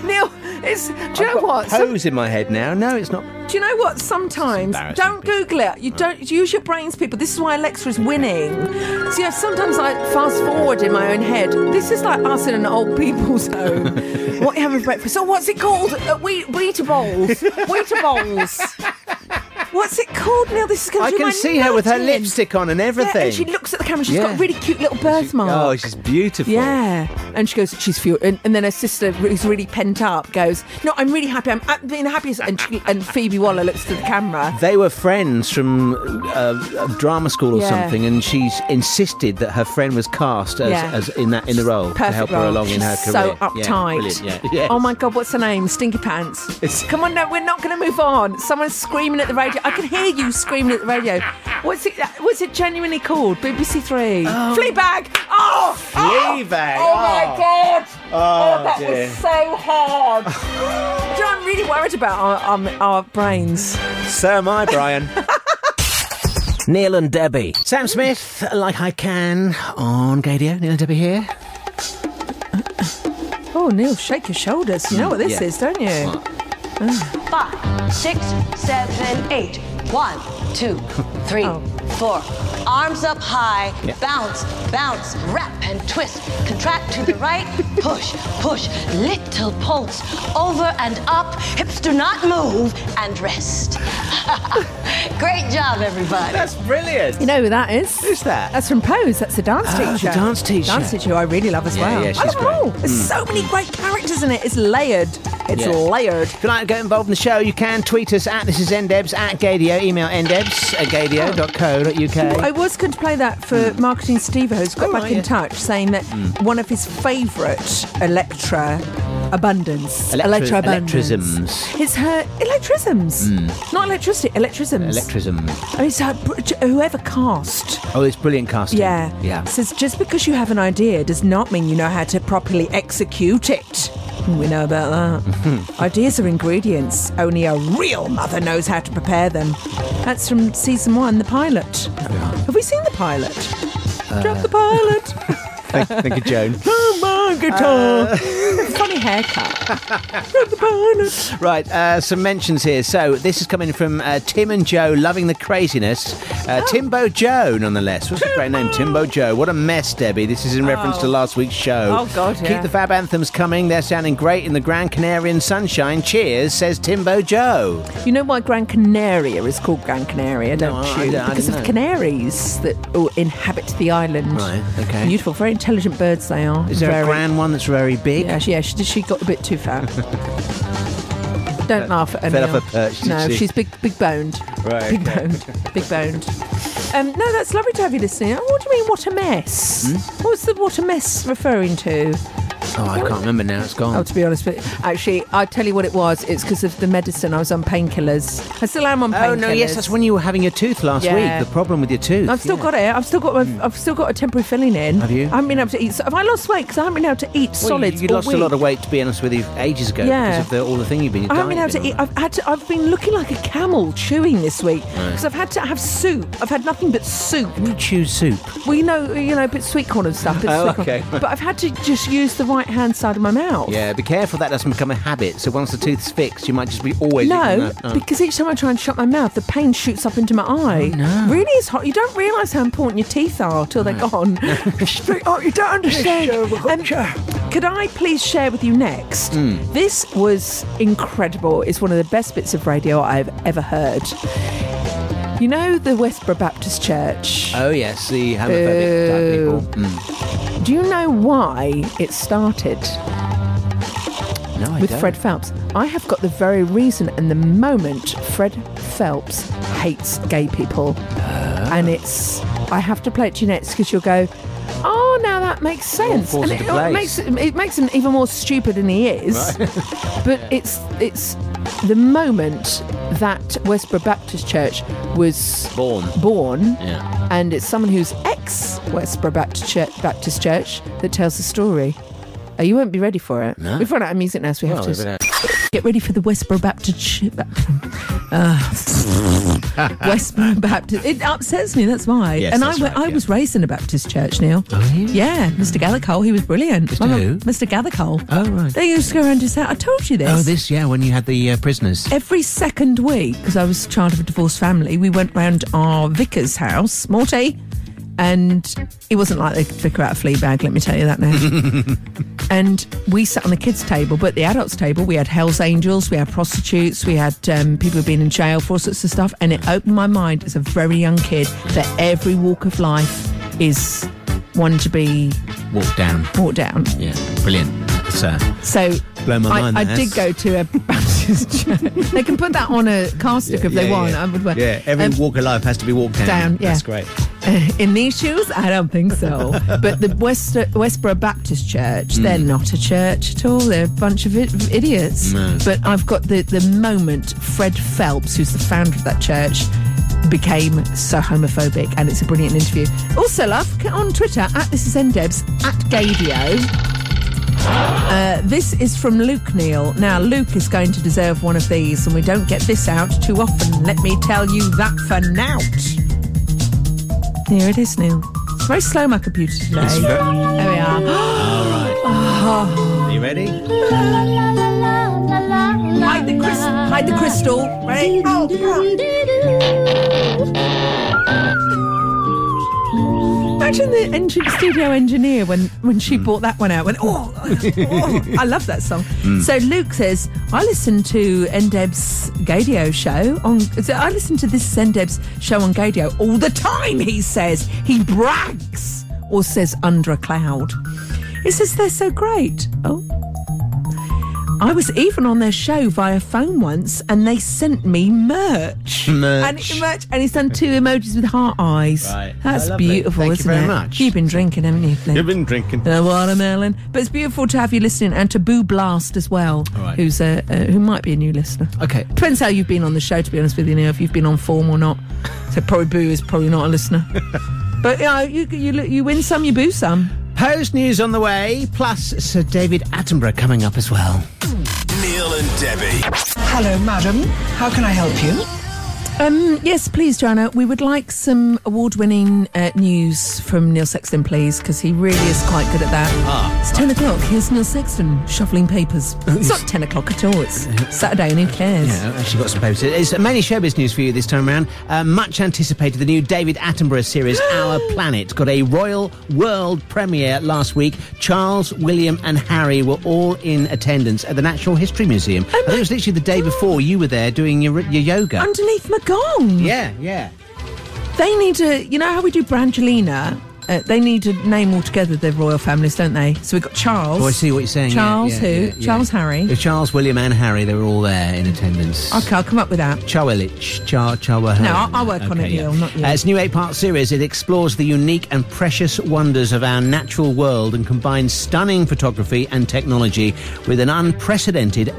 Speaker 3: Neil! It's do you know what? Some-
Speaker 4: Pose in my head now. No, it's not.
Speaker 3: do you know what? Sometimes
Speaker 4: embarrassing,
Speaker 3: don't Google it. You don't use your brains, people. This is why Alexa is winning. So yeah, sometimes I fast forward in my own head. This is like us in an old people's home. what you having for breakfast? Oh, what's it called? Uh, we Weetable's. Weetable's. What's it called now? This is going
Speaker 4: I
Speaker 3: to be
Speaker 4: can
Speaker 3: my
Speaker 4: see her with her
Speaker 3: melting.
Speaker 4: lipstick on and everything.
Speaker 3: Yeah, and she looks at the camera. She's got
Speaker 4: Yeah.
Speaker 3: a really cute little birthmark.
Speaker 4: Oh, she's beautiful.
Speaker 3: Yeah. And she goes, she's furious. And, and then her sister, who's really pent up, goes, No, I'm really happy. I'm, i being the happiest. And, she, and Phoebe Waller looks to the camera.
Speaker 4: They were friends from uh, drama school or
Speaker 3: Yeah.
Speaker 4: something, and she's insisted that her friend was cast as,
Speaker 3: Yeah.
Speaker 4: as in that in the role Oh, to
Speaker 3: Perfect
Speaker 4: help her
Speaker 3: role.
Speaker 4: along in her
Speaker 3: She's
Speaker 4: career.
Speaker 3: So
Speaker 4: Yeah,
Speaker 3: uptight.
Speaker 4: brilliant, Yeah, yeah.
Speaker 3: Oh my God, what's her name? Stinky Pants. Come on, no, we're not going to move on. Someone's screaming at the radio. I can hear you screaming at the radio. What's it? uh, What's it genuinely called? BBC Three. Fleabag. Oh,
Speaker 4: Um, Fleabag.
Speaker 3: Oh, my
Speaker 4: Oh.
Speaker 3: God.
Speaker 4: Oh,
Speaker 3: Oh, that
Speaker 4: dear.
Speaker 3: was so hard. Do you know, I'm really worried about our, um, our brains.
Speaker 4: So am I, Brian.
Speaker 20: Neil and Debbie.
Speaker 4: Sam Smith, like I can on Gadio. Neil and Debbie here.
Speaker 3: Oh, Neil, shake your shoulders. You know what this
Speaker 4: Yeah.
Speaker 3: is, don't you? Oh.
Speaker 1: Five, six, seven, eight. One, two, three,
Speaker 3: Oh.
Speaker 1: four. Arms up high.
Speaker 2: Yeah.
Speaker 1: Bounce, bounce, wrap and twist. Contract to the right. Push, push. Little pulse. Over and up. Hips do not move and rest. Great job, everybody.
Speaker 4: That's brilliant.
Speaker 3: You know who that is? Who's that? That's from Pose. That's the dance
Speaker 4: Oh, the
Speaker 3: teacher.
Speaker 4: dance teacher.
Speaker 3: Dance teacher, who I really love as
Speaker 4: Yeah,
Speaker 3: well.
Speaker 4: yeah,
Speaker 3: I love
Speaker 4: she's
Speaker 3: them
Speaker 4: great. Mm.
Speaker 3: all. There's so many great characters in it. It's layered. It's
Speaker 4: Yeah.
Speaker 3: layered.
Speaker 4: If you'd like to get involved in the show, you can tweet us at this is ndebs at gadio, email ndebs at
Speaker 3: I
Speaker 4: gadio.co.uk.
Speaker 3: was going to play that for
Speaker 4: Hmm.
Speaker 3: Marketing Steve who's
Speaker 4: Oh,
Speaker 3: got back in touch saying that
Speaker 4: Mm.
Speaker 3: one of his favourite Electra abundance.
Speaker 4: Electri-
Speaker 3: Electra abundance.
Speaker 4: electrisms.
Speaker 3: It's her electrisms.
Speaker 4: Mm.
Speaker 3: Not electricity, electrisms. Oh,
Speaker 4: Electrism.
Speaker 3: It's her, whoever cast.
Speaker 4: Oh, it's brilliant casting.
Speaker 3: Yeah.
Speaker 4: Yeah.
Speaker 3: Says just because you have an idea does not mean you know how to properly execute it. We know about that. Ideas are ingredients. Only a real mother knows how to prepare them. That's from season one, the pilot. Have we seen the pilot? Drop the pilot.
Speaker 4: Thank, thank you, Joan.
Speaker 3: Oh, my guitar. Funny haircut. Drop the pilot.
Speaker 4: Right, uh, some mentions here. So this is coming from uh, Tim and Joe, loving the craziness. Uh,
Speaker 3: Oh.
Speaker 4: Timbo Joe, nonetheless. What's a great name, Timbo Joe? What a mess, Debbie. This is in reference
Speaker 3: Oh.
Speaker 4: to last week's show.
Speaker 3: Oh, God, yeah.
Speaker 4: Keep the fab anthems coming. They're sounding great in the Grand Canarian sunshine. Cheers, says Timbo Joe.
Speaker 3: You know why Gran Canaria is called Gran Canaria, don't
Speaker 4: I- I
Speaker 3: you?
Speaker 4: don't- I
Speaker 3: because
Speaker 4: didn't
Speaker 3: of
Speaker 4: know.
Speaker 3: canaries that oh, inhabit the island.
Speaker 4: Right, okay.
Speaker 3: Beautiful, very intelligent birds they are.
Speaker 4: Is there
Speaker 3: Very-
Speaker 4: a grand one that's very big?
Speaker 3: Yeah, she, yeah, she, she got a bit too fat. Don't laugh at her.
Speaker 4: Fell off
Speaker 3: now.
Speaker 4: her perch, did
Speaker 3: No,
Speaker 4: she?
Speaker 3: she's big, big boned.
Speaker 4: Right,
Speaker 3: Big
Speaker 4: okay.
Speaker 3: boned. Big boned. Um, no, that's lovely to have you listening. Oh, What do you mean? What a mess?
Speaker 4: Hmm?
Speaker 3: What's the what a mess referring to?
Speaker 4: Oh, I can't remember now. It's gone.
Speaker 3: Oh, to be honest, but actually, I tell you what it was. It's because of the medicine. I was on painkillers. I still am on painkillers.
Speaker 4: Oh, no, yes, that's when you were having your tooth last
Speaker 3: Yeah.
Speaker 4: week. The problem with your tooth.
Speaker 3: I've still got it. I've still got. My, I've still got a temporary filling in.
Speaker 4: Mm. Have you?
Speaker 3: I haven't been able to eat. So have I lost weight? Because I haven't been able to eat
Speaker 4: Well,
Speaker 3: solids.
Speaker 4: You, you
Speaker 3: all
Speaker 4: lost
Speaker 3: week.
Speaker 4: a lot of weight, to be honest with you, ages ago
Speaker 3: Yeah.
Speaker 4: because of the, all the thing you've been.
Speaker 3: I haven't been able
Speaker 4: dieting
Speaker 3: to eat. I've had to, I've been looking like a camel chewing this week
Speaker 4: Right.
Speaker 3: because I've had to have soup. I've had nothing but soup.
Speaker 4: Can you chew soup?
Speaker 3: Well, you know, you know, but sweet corn and stuff. But
Speaker 4: Oh,
Speaker 3: sweet corn.
Speaker 4: okay.
Speaker 3: But I've had to just use the right right hand side of my mouth.
Speaker 4: Yeah, be careful that doesn't become a habit. So once the tooth's fixed, you might just be always eating
Speaker 3: No,
Speaker 4: that. Oh.
Speaker 3: because each time I try and shut my mouth, the pain shoots up into my eye. no. Really is hot. You don't realise how important your teeth are till they're gone. oh, you don't understand. Um, could I please share with you next?
Speaker 2: Mm.
Speaker 3: This was incredible. It's one of the best bits of radio I've ever heard. You know the Westboro Baptist Church?
Speaker 4: Oh yes, the homophobic
Speaker 3: Boo.
Speaker 4: type people. Mm.
Speaker 3: Do you know why it started?
Speaker 4: Mm. No, I
Speaker 3: with
Speaker 4: don't.
Speaker 3: Fred Phelps. I have got the very reason and the moment Fred Phelps hates gay people.
Speaker 2: Uh.
Speaker 3: And it's I have to play it to you next because you'll go, Oh now that makes sense.
Speaker 2: falls
Speaker 3: and
Speaker 2: into
Speaker 3: it, oh, it
Speaker 2: place.
Speaker 3: makes it makes him even more stupid than he is.
Speaker 2: Right.
Speaker 3: but it's it's the moment that Westboro Baptist Church was
Speaker 4: born
Speaker 3: born
Speaker 4: Yeah.
Speaker 3: and it's someone who's ex Westboro Baptist Church, Baptist Church that tells the story. Oh, you won't be ready for it.
Speaker 2: No.
Speaker 3: We've run out of music now, so we
Speaker 4: Oh,
Speaker 2: Well,
Speaker 3: have
Speaker 2: we've
Speaker 3: to
Speaker 2: run
Speaker 3: get ready for the Westboro Baptist. Ch- Ba- uh, Westboro Baptist. It upsets me. That's why.
Speaker 2: Yes,
Speaker 3: and
Speaker 2: that's
Speaker 3: I, wa-
Speaker 2: right,
Speaker 3: I was raised in a Baptist church. Neil. Oh yeah. Yeah, Mr. Gathercole. He was brilliant. Mr.
Speaker 4: who?
Speaker 3: Mr. Gathercole.
Speaker 4: Oh right.
Speaker 3: They used to go around his house. I told you this.
Speaker 4: Oh, this yeah, when you had the uh, prisoners.
Speaker 3: Every second week, because I was a child of a divorced family, we went round our vicar's house, Morty, and he wasn't like the vicar out of Fleabag, let me tell you that now. and we sat on the kids' table, but the adults' table, we had Hells Angels, we had prostitutes, we had um, people who'd been in jail for all sorts of stuff, and it opened my mind as a very young kid that every walk of life is one to be
Speaker 4: Walked down.
Speaker 3: brought down.
Speaker 4: Yeah, brilliant. That's, uh,
Speaker 3: So
Speaker 4: Blow my
Speaker 3: I,
Speaker 4: mind,
Speaker 3: I
Speaker 4: that.
Speaker 3: did go to a Baptist church. They can put that on a car sticker if they want. I would wear.
Speaker 4: Yeah, every
Speaker 3: Um,
Speaker 4: walk of life has to be walked down.
Speaker 3: down, yeah.
Speaker 4: That's great.
Speaker 3: in these shoes, I don't think so. but the West, Westboro Baptist Church,
Speaker 4: Mm.
Speaker 3: they're not a church at all. They're a bunch of I- idiots.
Speaker 2: No.
Speaker 3: But I've got the, the moment Fred Phelps, who's the founder of that church, became so homophobic, and it's a brilliant interview. Also, love, get on Twitter at this is ndebs at Gavio. Uh, this is from Luke Neal. Now, Luke is going to deserve one of these, and we don't get this out too often. Let me tell you that for now. Here it is, Neil. It's very slow, my computer today.
Speaker 4: It's ve-
Speaker 3: there we are.
Speaker 4: All right.
Speaker 3: Oh.
Speaker 4: Are you ready?
Speaker 3: Hide the crystal. Hide the crystal. Ready? Oh, oh. Imagine the engine, studio engineer when, when she brought that one out. Went, oh, oh, I love that song.
Speaker 2: Mm.
Speaker 3: So Luke says, I listened to Endeb's Gadio show on. so I listen to this Endeb's show on Gadio all the time. He says he brags or says under a cloud. He says they're so great. Oh. I was even on their show via phone once, and they sent me merch.
Speaker 2: Merch.
Speaker 3: And, merch, and he's done two emojis with heart eyes.
Speaker 2: Right.
Speaker 3: That's
Speaker 2: Oh, lovely.
Speaker 3: beautiful,
Speaker 2: Thank you
Speaker 3: isn't
Speaker 2: very
Speaker 3: it?
Speaker 2: much.
Speaker 3: You've been drinking, haven't you? Flynn?
Speaker 4: You've been drinking.
Speaker 3: The watermelon. But it's beautiful to have you listening, and to Boo Blast as well,
Speaker 4: All right.
Speaker 3: who's a, a, who might be a new listener.
Speaker 4: Okay.
Speaker 3: Depends how you've been on the show, to be honest with you, Neil, if you've been on form or not. So probably Boo is probably not a listener. but you, know, you, you, you win some, you boo some.
Speaker 4: Post news on the way, plus Sir David Attenborough coming up as well.
Speaker 17: Neil and Debbie.
Speaker 3: Hello, madam. How can I help you? Um, yes, please, Joanna. We would like some award winning uh, news from Neil Sexton, please, because he really is quite good at that.
Speaker 2: Ah.
Speaker 3: It's 10 o'clock. Here's Neil Sexton shuffling papers. It's not 10 o'clock at all. It's Saturday, and who cares?
Speaker 4: Yeah, I've actually got some posts. It's mainly showbiz news for you this time around. Uh, much anticipated, the new David Attenborough series, Our Planet, got a royal world premiere last week. Charles, William, and Harry were all in attendance at the Natural History Museum. I think it was literally the day before you were there doing your, your yoga.
Speaker 3: Underneath my gong.
Speaker 4: Yeah, yeah.
Speaker 3: They need a, you know how we do Brangelina? Uh, they need a name altogether, their royal families, don't they? So we've got Charles.
Speaker 4: Oh, I see what you're saying. yeah,
Speaker 3: Charles
Speaker 4: yeah,
Speaker 3: who?
Speaker 4: yeah, yeah.
Speaker 3: Charles Harry.
Speaker 4: It was Charles, William, and Harry, they were all there in attendance.
Speaker 3: Okay, I'll come up with that.
Speaker 4: Chowelich, Char, Charwa.
Speaker 3: No, I'll- I'll work on it, Neil, not you.
Speaker 4: Uh, it's a new eight-part series. It explores the unique and precious wonders of our natural world and combines stunning photography and technology with an unprecedented,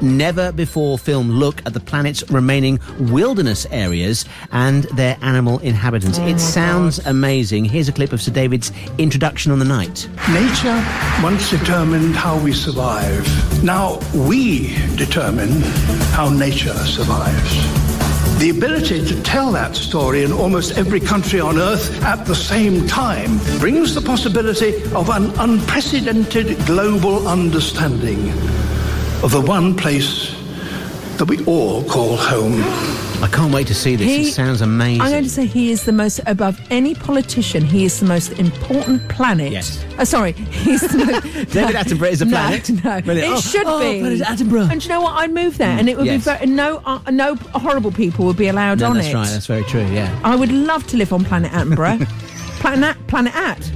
Speaker 4: never-before-film look at the planet's remaining wilderness areas and their animal
Speaker 3: Oh
Speaker 4: inhabitants. it sounds amazing. Here's a clip of Sir David's introduction on the night.
Speaker 16: Nature once determined how we survive. Now we determine how nature survives. The ability to tell that story in almost every country on earth at the same time brings the possibility of an unprecedented global understanding of the one place that we all call home.
Speaker 4: I can't wait to see this.
Speaker 3: He-
Speaker 4: it sounds amazing.
Speaker 3: I'm going to say he is the most, above any politician, he is the most important planet.
Speaker 4: Yes.
Speaker 3: Oh, sorry. He's the most,
Speaker 4: David Attenborough is a
Speaker 3: No,
Speaker 4: planet.
Speaker 3: No,
Speaker 4: Brilliant.
Speaker 3: It
Speaker 4: Oh,
Speaker 3: should
Speaker 4: oh,
Speaker 3: be.
Speaker 4: but it's Attenborough.
Speaker 3: And do you know what? I'd move there, and it would
Speaker 4: Yes.
Speaker 3: be very, no, uh, no horrible people would be allowed
Speaker 4: no,
Speaker 3: on
Speaker 4: that's
Speaker 3: it.
Speaker 4: right. That's very true. Yeah.
Speaker 3: I would love to live on planet Attenborough. planet, At- planet At.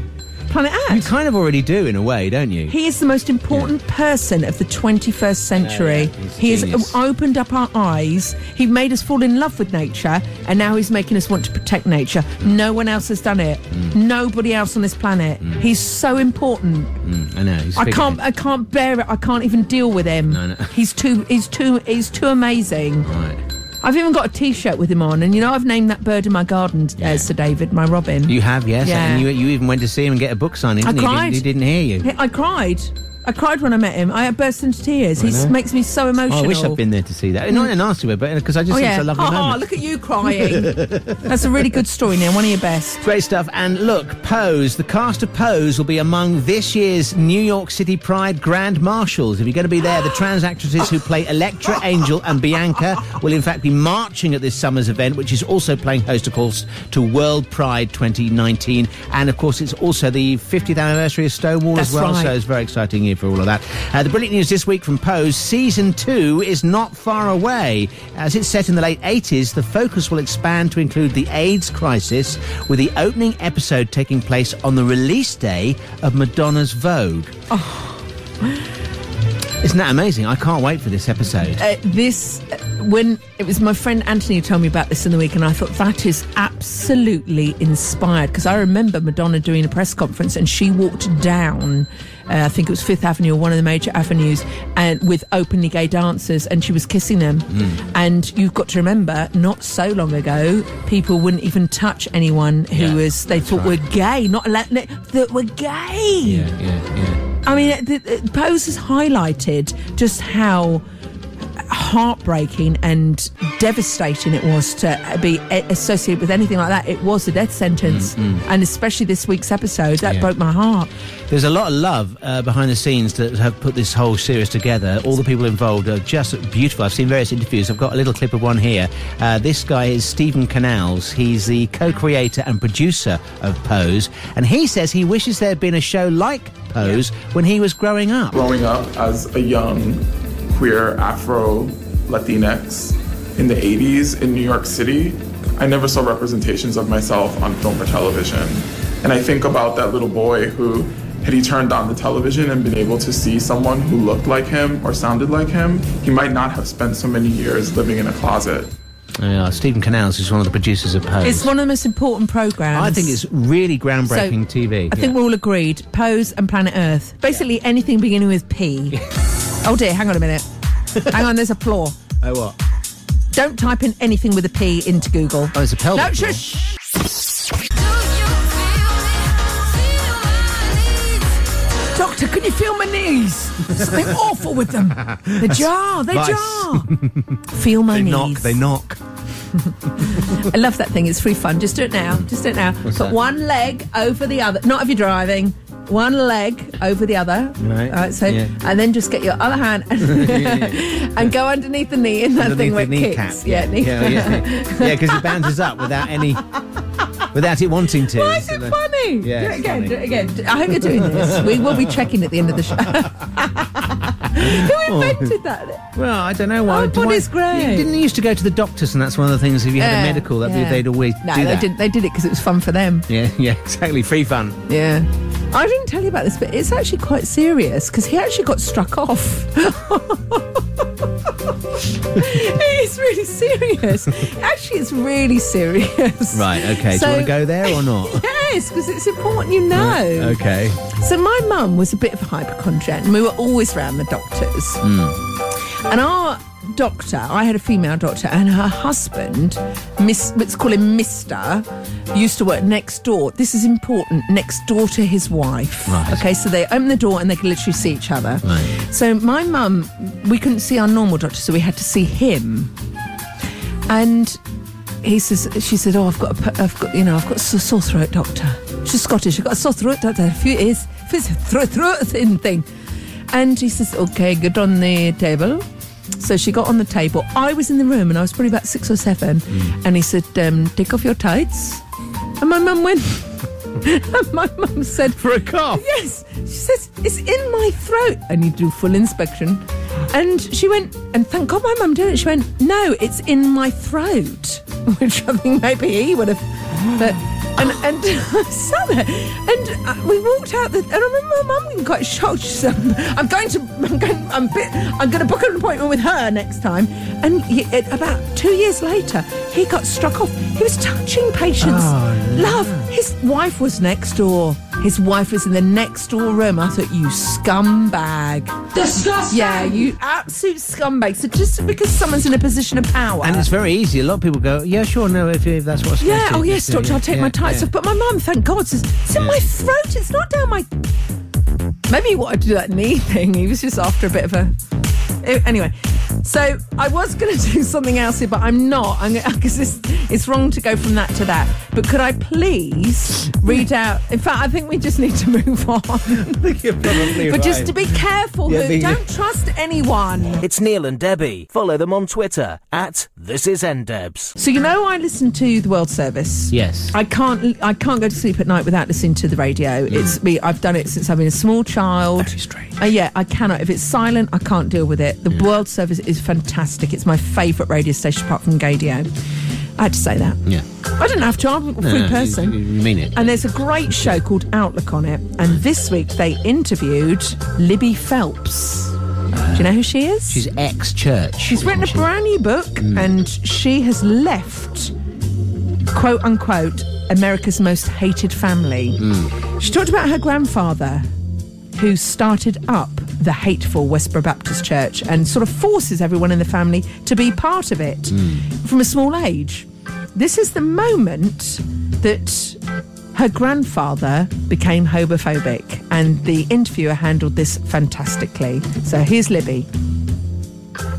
Speaker 3: Planet At.
Speaker 4: You kind of already do in a way, don't you?
Speaker 3: He is the most important person of the 21st century.
Speaker 4: yeah, he's a
Speaker 3: He
Speaker 4: genius.
Speaker 3: has opened up our eyes. He made us fall in love with nature, and now he's making us want to protect nature. No one else has done it. Nobody else on this planet. He's so important.
Speaker 4: Mm, I know. he's
Speaker 3: I
Speaker 4: Mm. big
Speaker 3: can't.
Speaker 4: head.
Speaker 3: I can't bear it. I can't even deal with him.
Speaker 4: No, no.
Speaker 3: He's too. He's too. He's too amazing.
Speaker 4: Right.
Speaker 3: I've even got a T-shirt with him on, and you know I've named that bird in my garden uh, Sir David, my robin.
Speaker 4: You have, yes.
Speaker 3: Yeah.
Speaker 4: And you, you even went to see him and get a book signing.
Speaker 3: I
Speaker 4: Didn't he?
Speaker 3: cried.
Speaker 4: He didn't, he didn't hear you.
Speaker 3: I cried. I cried when I met him. I burst into tears.
Speaker 4: I
Speaker 3: He
Speaker 4: know.
Speaker 3: makes me so
Speaker 4: Oh,
Speaker 3: emotional.
Speaker 4: I wish I'd been there to see that. Not in a nasty way, but because I just
Speaker 3: oh,
Speaker 4: think
Speaker 3: yeah.
Speaker 4: it's a lovely
Speaker 3: oh,
Speaker 4: moment.
Speaker 3: look at you crying. That's a really good story now. One of your best.
Speaker 4: Great stuff. And look, Pose, the cast of Pose will be among this year's New York City Pride Grand Marshals. If you're going to be there, the trans actresses who play Electra, Angel, and Bianca will in fact be marching at this summer's event, which is also playing host, of course, to World Pride 2019. And of course, it's also the 50th anniversary of Stonewall as
Speaker 3: That's
Speaker 4: well.
Speaker 3: right.
Speaker 4: So it's a very exciting year for all of that. Uh, the brilliant news this week from Pose season two is not far away. As it's set in the late 80s, the focus will expand to include the AIDS crisis, with the opening episode taking place on the release day of Madonna's Vogue. Isn't that amazing? I can't wait for this episode.
Speaker 3: Uh, this, uh, when it was my friend Anthony who told me about this in the week, and I thought that is absolutely inspired because I remember Madonna doing a press conference and she walked down, uh, I think it was Fifth Avenue or one of the major avenues, and with openly gay dancers, and she was kissing them.
Speaker 4: Hmm.
Speaker 3: And you've got to remember, not so long ago, people wouldn't even touch anyone who
Speaker 4: Yeah,
Speaker 3: was they
Speaker 4: that's
Speaker 3: thought
Speaker 4: right.
Speaker 3: were gay, not let that were gay.
Speaker 4: Yeah, yeah, yeah.
Speaker 3: I mean, the, the, Pose has highlighted just how heartbreaking and devastating it was to be a- associated with anything like that. It was a death sentence, and especially this week's episode that
Speaker 4: Mm, Yeah.
Speaker 3: broke my heart.
Speaker 4: There's a lot of love uh, behind the scenes that have put this whole series together. All the people involved are just beautiful. I've seen various interviews. I've got a little clip of one here. Uh, this guy is Stephen Canals. He's the co creator and producer of Pose. And he says he wishes there had been a show like Pose when he was growing up.
Speaker 2: Growing up as a young queer Afro Latinx in the 80s in New York City, I never saw representations of myself on film or television. And I think about that little boy who, had he turned on the television and been able to see someone who looked like him or sounded like him, he might not have spent so many years living in a closet.
Speaker 4: Uh, Stephen Canals is one of the producers of Pose.
Speaker 3: It's one of the most important programs.
Speaker 4: I think it's really groundbreaking
Speaker 3: So,
Speaker 4: TV.
Speaker 3: I think we're all agreed. Pose and Planet Earth. Basically, anything beginning with P. oh dear, hang on a minute. hang on, there's a flaw.
Speaker 4: Oh, what?
Speaker 3: Don't type in anything with a P into Google. Oh,
Speaker 4: it's a pelvic
Speaker 3: No,
Speaker 4: floor.
Speaker 3: shush. Doctor, can you feel my knees? Something awful with them. They jar, they
Speaker 4: Vice.
Speaker 3: jar. Feel my
Speaker 4: they
Speaker 3: knees.
Speaker 4: knock, they knock.
Speaker 3: I love that thing. It's free fun. Just do it now. Just do it now.
Speaker 4: What's
Speaker 3: Put
Speaker 4: that?
Speaker 3: one leg over the other. Not if you're driving. One leg over the other.
Speaker 4: Right.
Speaker 3: All right. So,
Speaker 4: Yeah.
Speaker 3: and then just get your other hand and, and go underneath the knee in that thing where
Speaker 4: Underneath
Speaker 3: it
Speaker 4: the kneecap.
Speaker 3: kicks. Yeah, knee-
Speaker 4: yeah, yeah, yeah. Because it bounces up without any, without it wanting to.
Speaker 3: Why is
Speaker 4: So
Speaker 3: it
Speaker 4: the-
Speaker 3: funny?
Speaker 4: Yeah,
Speaker 3: do it
Speaker 4: it's
Speaker 3: again.
Speaker 4: funny.
Speaker 3: Do it again. I hope you're doing this. We will be checking at the end of the show. Who
Speaker 4: Oh.
Speaker 3: invented that?
Speaker 4: Well, I don't know why.
Speaker 3: Oh,
Speaker 4: do I-
Speaker 3: body's great.
Speaker 4: You didn't used to go to the doctors, and that's one of the things. If you had a
Speaker 3: Yeah,
Speaker 4: medical, that
Speaker 3: yeah.
Speaker 4: they'd always
Speaker 3: No,
Speaker 4: do
Speaker 3: they
Speaker 4: that.
Speaker 3: didn't. They did it because it was fun for them.
Speaker 4: Yeah, yeah, exactly. Free fun.
Speaker 3: Yeah. I didn't tell you about this, but it's actually quite serious because he actually got struck off. it's really serious. Actually, it's really serious.
Speaker 4: Right. Okay.
Speaker 3: So-
Speaker 4: do you want to go there or not?
Speaker 3: Yes, because it's important you know.
Speaker 4: Okay.
Speaker 3: So my mum was a bit of a hypochondriac, and we were always round the doctors.
Speaker 8: Hmm.
Speaker 3: And our doctor, I had a female doctor, and her husband, Miss, let's call him Mister, used to work next door. This is important. Next door to his wife.
Speaker 8: Right.
Speaker 3: Okay, so they open the door and they can literally see each other.
Speaker 8: Right.
Speaker 3: So my mum, we couldn't see our normal doctor, so we had to see him. And he says, she said, oh, I've got, a, p- I've got, you know, I've got a sore throat doctor. She's Scottish. I've got a sore throat doctor. A few years, few throat throat thin thing. And she says, okay, get on the table. So she got on the table. I was in the room and I was probably about six or seven. And he said, um, take off your tights. And my mum went, and my mum said, for a cough. Yes. She says, it's in my throat. I need to do full inspection. And she went, and thank God my mum did it. She went, no, it's in my throat. Which I think maybe he would have. But, and and summer, and uh, we walked out. The, and I remember my mum being quite shocked. She said, "I'm going to, I'm going, I'm, bit, I'm going to book an appointment with her next time." And he, it, about two years later, he got struck off. He was touching patients. Love. His wife was next door. His wife was in the next door room. I thought, you scumbag.
Speaker 7: Disgusting.
Speaker 3: Yeah, you absolute scumbag. So just because someone's in a position of power.
Speaker 4: And it's very easy. A lot of people go, yeah, sure, no, if, if that's what's
Speaker 3: Yeah, oh yes, doctor, I'll take my tights off. But my mum, thank God, says, it's in
Speaker 4: Yeah.
Speaker 3: my throat, it's not down my. Maybe he wanted to do that knee thing. He was just after a bit of a. Eh, Anyway, so I was going to do something else here, but I'm not. I'm because it's, it's wrong to go from that to that. But could I please read out? In fact, I think we just need to move on. I think
Speaker 20: you're probably
Speaker 3: But just
Speaker 20: right.
Speaker 3: to be careful,
Speaker 20: Yeah,
Speaker 3: who
Speaker 20: the-
Speaker 3: don't trust anyone.
Speaker 20: It's Neil and Debbie. Follow them on Twitter at This Is NDebs.
Speaker 3: So you know, I listen to the World Service.
Speaker 20: Yes.
Speaker 3: I can't. I can't go to sleep at night without listening to the radio.
Speaker 4: Mm.
Speaker 3: It's me. I've done it since I've been a small child. Very strange. yeah, I cannot. If it's silent, I can't deal with it. The World Service is fantastic. It's my favourite radio station apart from Gadio. I had to say that.
Speaker 4: Yeah.
Speaker 3: I didn't have to. I'm a
Speaker 4: No,
Speaker 3: free
Speaker 4: no, you-
Speaker 3: person.
Speaker 4: You, mean it.
Speaker 3: And there's a great show called Outlook on it. And this week they interviewed Libby Phelps. Do you know who she is?
Speaker 4: She's ex church.
Speaker 3: She's written a Mm. brand new book and she has left, quote unquote, America's most hated family. She talked about her grandfather, who started up the hateful Westboro Baptist Church and sort of forces everyone in the family to be part of it from a small age. This is the moment that her grandfather became homophobic, and the interviewer handled this fantastically. So here's Libby.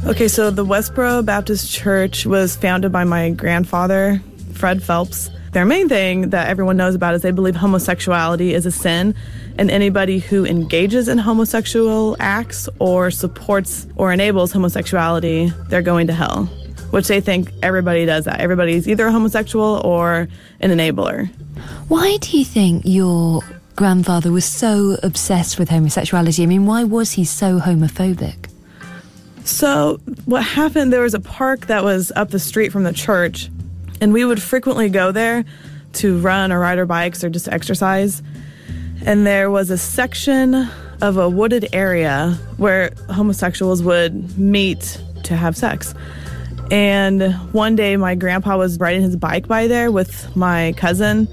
Speaker 8: Okay, so the Westboro Baptist Church was founded by my grandfather, Fred Phelps. Their main thing that everyone knows about is they believe homosexuality is a sin, and anybody who engages in homosexual acts or supports or enables homosexuality, they're going to hell, which they think everybody does that. Everybody's either a homosexual or an enabler.
Speaker 21: Why do you think your grandfather was so obsessed with homosexuality? I mean, why was he so homophobic?
Speaker 8: So, what happened? There was a park that was up the street from the church, and we would frequently go there to run or ride our bikes or just exercise. And there was a section of a wooded area where homosexuals would meet to have sex. And one day, my grandpa was riding his bike by there with my cousin,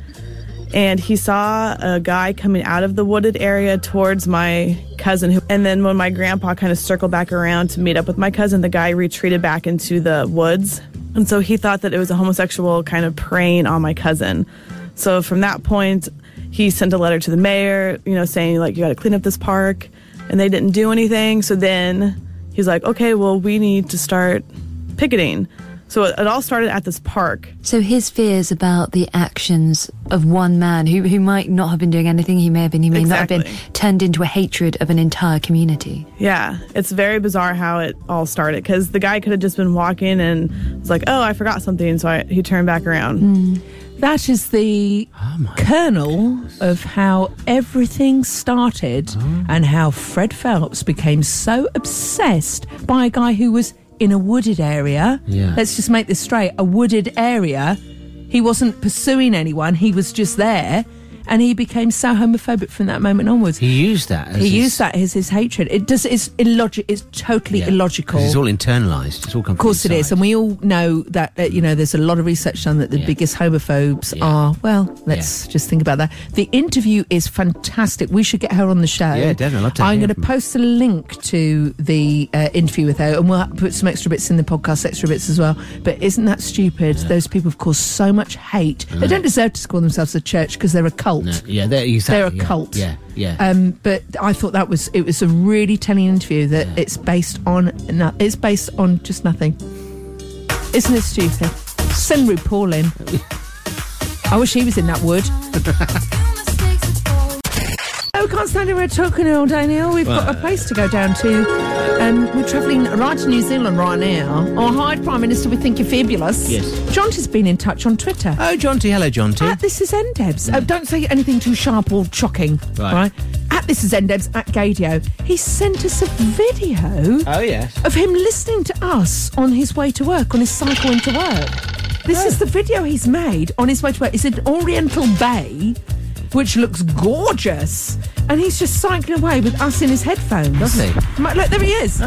Speaker 8: and he saw a guy coming out of the wooded area towards my cousin. who- And then when my grandpa kind of circled back around to meet up with my cousin, the guy retreated back into the woods. And so he thought that it was a homosexual kind of preying on my cousin. So from that point, he sent a letter to the mayor, you know, saying, like, you got to clean up this park. And they didn't do anything. So then he's like, okay, well, we need to start picketing. So it, it all started at this park.
Speaker 21: So his fears about the actions of one man who, who might not have been doing anything, he may have been, he may not have been, turned into a hatred of an entire community.
Speaker 8: Yeah, it's very bizarre how it all started because the guy could have just been walking and was like, "Oh, I forgot something," so I, he turned back around.
Speaker 3: That is the
Speaker 4: Oh
Speaker 3: kernel of how everything started
Speaker 4: Oh.
Speaker 3: and how Fred Phelps became so obsessed by a guy who was in a wooded area.
Speaker 24: Yeah.
Speaker 3: Let's just make this straight a wooded area. He wasn't pursuing anyone, he was just there. And he became so homophobic from that moment onwards.
Speaker 4: He used that. As
Speaker 3: He
Speaker 4: his-
Speaker 3: used that as his hatred. It does. It's illogic. It's totally
Speaker 4: yeah. 'Cause
Speaker 3: illogical.
Speaker 4: It's all internalized. It's all come
Speaker 3: Of course it is, and we all know that uh, you know there's a lot of research done that the biggest homophobes are. Well, let's just think about that. The interview is fantastic. We should get her on the show.
Speaker 4: Yeah, definitely. I'd love to
Speaker 3: I'm
Speaker 4: hear
Speaker 3: going to post a link to the uh, interview with her, and we'll put some extra bits in the podcast, extra bits as well. But isn't that stupid? Those people have caused so much hate. They
Speaker 4: No.
Speaker 3: don't deserve to call themselves a church because they're a cult.
Speaker 4: No, Uh, yeah, they're, exactly,
Speaker 3: They're a
Speaker 4: yeah,
Speaker 3: cult.
Speaker 4: Yeah, yeah.
Speaker 3: Um, but I thought that was it was a really telling interview that it's based on no, it's based on just nothing. Isn't it stupid? Send RuPaul in. I wish he was in that wood. Oh, we can't stand it. We're talking all day now. We've got a place to go down to. Um, we're travelling right to New Zealand right now. Our Hyde Prime Minister, we think you're fabulous.
Speaker 4: Yes.
Speaker 3: Jonty's been in touch on Twitter.
Speaker 4: Oh, Jonty. Hello, Jonty.
Speaker 3: At this is Endebs. Oh, don't say anything too sharp or shocking.
Speaker 4: Right.
Speaker 3: At this is Endebs at Gadio. He sent us a video.
Speaker 4: Oh, yes.
Speaker 3: Of him listening to us on his way to work, on his cycle into work. This is the video he's made on his way to work. It's an Oriental Bay, which looks gorgeous. And he's just cycling away with us in his headphones.
Speaker 4: Doesn't
Speaker 3: he? Look, there he is.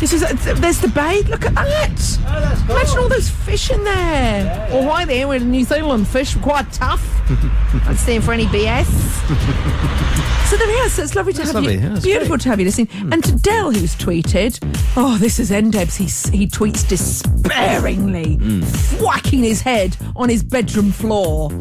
Speaker 3: This is, uh, there's the bay. Look at that. Imagine all those fish in there. Or why they're We're in New Zealand. Fish were quite tough. I'd stand for any BS. So there we are. So it's lovely to
Speaker 4: That's
Speaker 3: have
Speaker 4: lovely,
Speaker 3: you.
Speaker 4: yeah, that's Hmm.
Speaker 3: Beautiful to have you listening. And to Dell, who's tweeted, "Oh, this is Endebs." He s- he tweets despairingly,
Speaker 4: Hmm.
Speaker 3: whacking his head on his bedroom floor.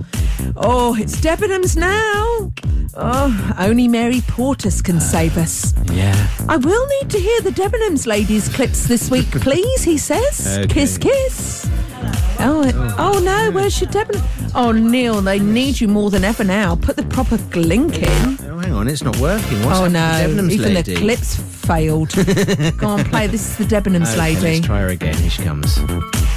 Speaker 3: Oh, it's Debenhams now. Oh, only Mary Portas can save us.
Speaker 4: Yeah.
Speaker 3: I will need to hear the Debenhams ladies clips this week, please. He says,
Speaker 4: Okay.
Speaker 3: "Kiss, kiss." Oh, it- oh no, where's your Debenhams? Oh, Neil, they need you more than ever now. Put the proper link in.
Speaker 4: Oh, hang on. It's not working. What's
Speaker 3: oh
Speaker 4: happened to
Speaker 3: no,
Speaker 4: Debenhams
Speaker 3: even
Speaker 4: lady?
Speaker 3: the clips failed. Go on, play. This is the Debenhams
Speaker 4: Okay,
Speaker 3: lady.
Speaker 4: Let's try her again. Here she comes.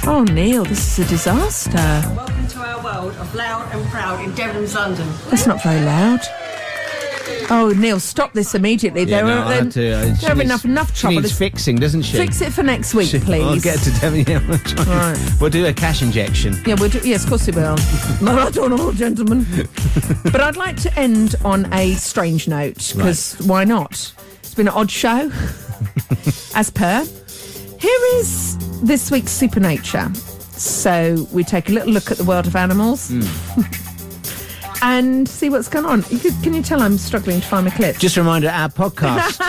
Speaker 3: Oh Neil, this is a disaster.
Speaker 7: Welcome to our world of loud and proud in Debenhams, London.
Speaker 3: That's not very loud. Oh Neil, stop this immediately.
Speaker 4: Yeah,
Speaker 3: there
Speaker 4: no,
Speaker 3: are
Speaker 4: I'll
Speaker 3: there,
Speaker 4: have to, uh,
Speaker 3: there
Speaker 4: she
Speaker 3: are
Speaker 4: needs-
Speaker 3: enough enough
Speaker 4: She
Speaker 3: trouble.
Speaker 4: needs
Speaker 3: It's-
Speaker 4: fixing, doesn't she?
Speaker 3: Fix it for next week,
Speaker 4: She-
Speaker 3: please.
Speaker 4: I'll get to Devon. Yeah, we'll, try and- we'll do a cash injection.
Speaker 3: Yeah, we'll do, yes, of course we will. Maradona, gentlemen. but I'd like to end on a strange note, because why not? It's been an odd show, as per. Here is this week's Supernature. So we take a little look at the world of animals and see what's going on. You could, can you tell I'm struggling to find my clip?
Speaker 4: Just a reminder, our podcast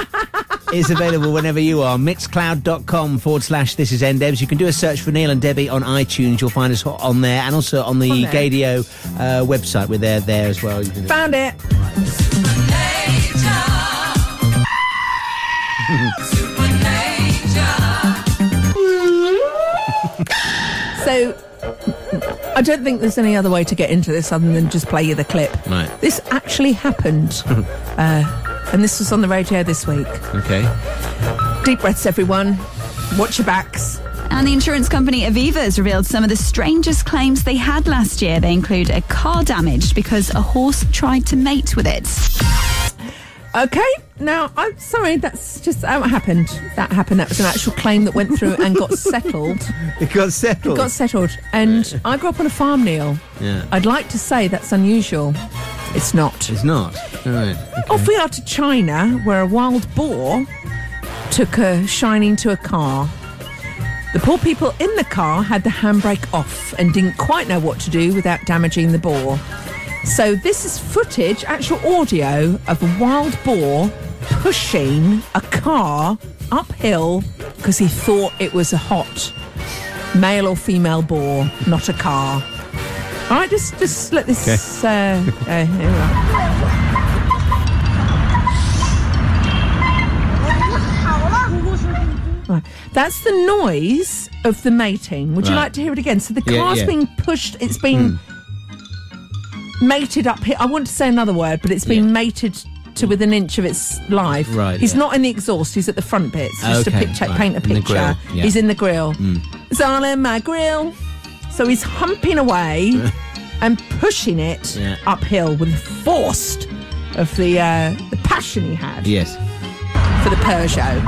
Speaker 4: is available whenever you are. Mixcloud.com forward slash this is NDebs. You can do a search for Neil and Debbie on iTunes. You'll find us on there and also on the
Speaker 3: On there.
Speaker 4: Gadio uh, website. We're there there as well. You can-
Speaker 3: Found it. So I don't think there's any other way to get into this other than just play you the clip.
Speaker 4: Right.
Speaker 3: This actually happened, uh, and this was on the radio this week.
Speaker 4: Okay.
Speaker 3: Deep breaths, everyone. Watch your backs.
Speaker 9: And the insurance company Aviva has revealed some of the strangest claims they had last year. They include a car damaged because a horse tried to mate with it.
Speaker 3: Okay, now I'm sorry, that's just how it happened. That happened. That was an actual claim that went through and got settled.
Speaker 4: It got settled.
Speaker 3: Got settled. And I grew up on a farm, Neil.
Speaker 4: Yeah.
Speaker 3: I'd like to say that's unusual. It's not.
Speaker 4: It's not. All right.
Speaker 3: Off we are to China, where a wild boar took a shining to a car. The poor people in the car had the handbrake off and didn't quite know what to do without damaging the boar. So, this is footage, actual audio of a wild boar pushing a car uphill because he thought it was a hot male or female boar, not a car. All right, just just let this. Uh, uh, here we are. Right. That's the noise of the mating. Would you
Speaker 4: Right.
Speaker 3: like to hear it again? So the
Speaker 4: Yeah,
Speaker 3: car's
Speaker 4: yeah.
Speaker 3: being pushed, it's been
Speaker 4: Hmm.
Speaker 3: mated up here. I want to say another word, but it's been mated to within an inch of its life.
Speaker 4: Right,
Speaker 3: He's
Speaker 4: yeah.
Speaker 3: not in the exhaust, he's at the front bits, just
Speaker 4: Okay,
Speaker 3: to picture,
Speaker 4: right.
Speaker 3: paint a
Speaker 4: In the
Speaker 3: picture.
Speaker 4: grill, yeah.
Speaker 3: He's in the grill.
Speaker 4: Mm.
Speaker 3: It's all in my grill. So he's humping away and pushing it
Speaker 4: Yeah.
Speaker 3: uphill with the force of the, uh, the passion he had
Speaker 4: Yes.
Speaker 3: for the Peugeot.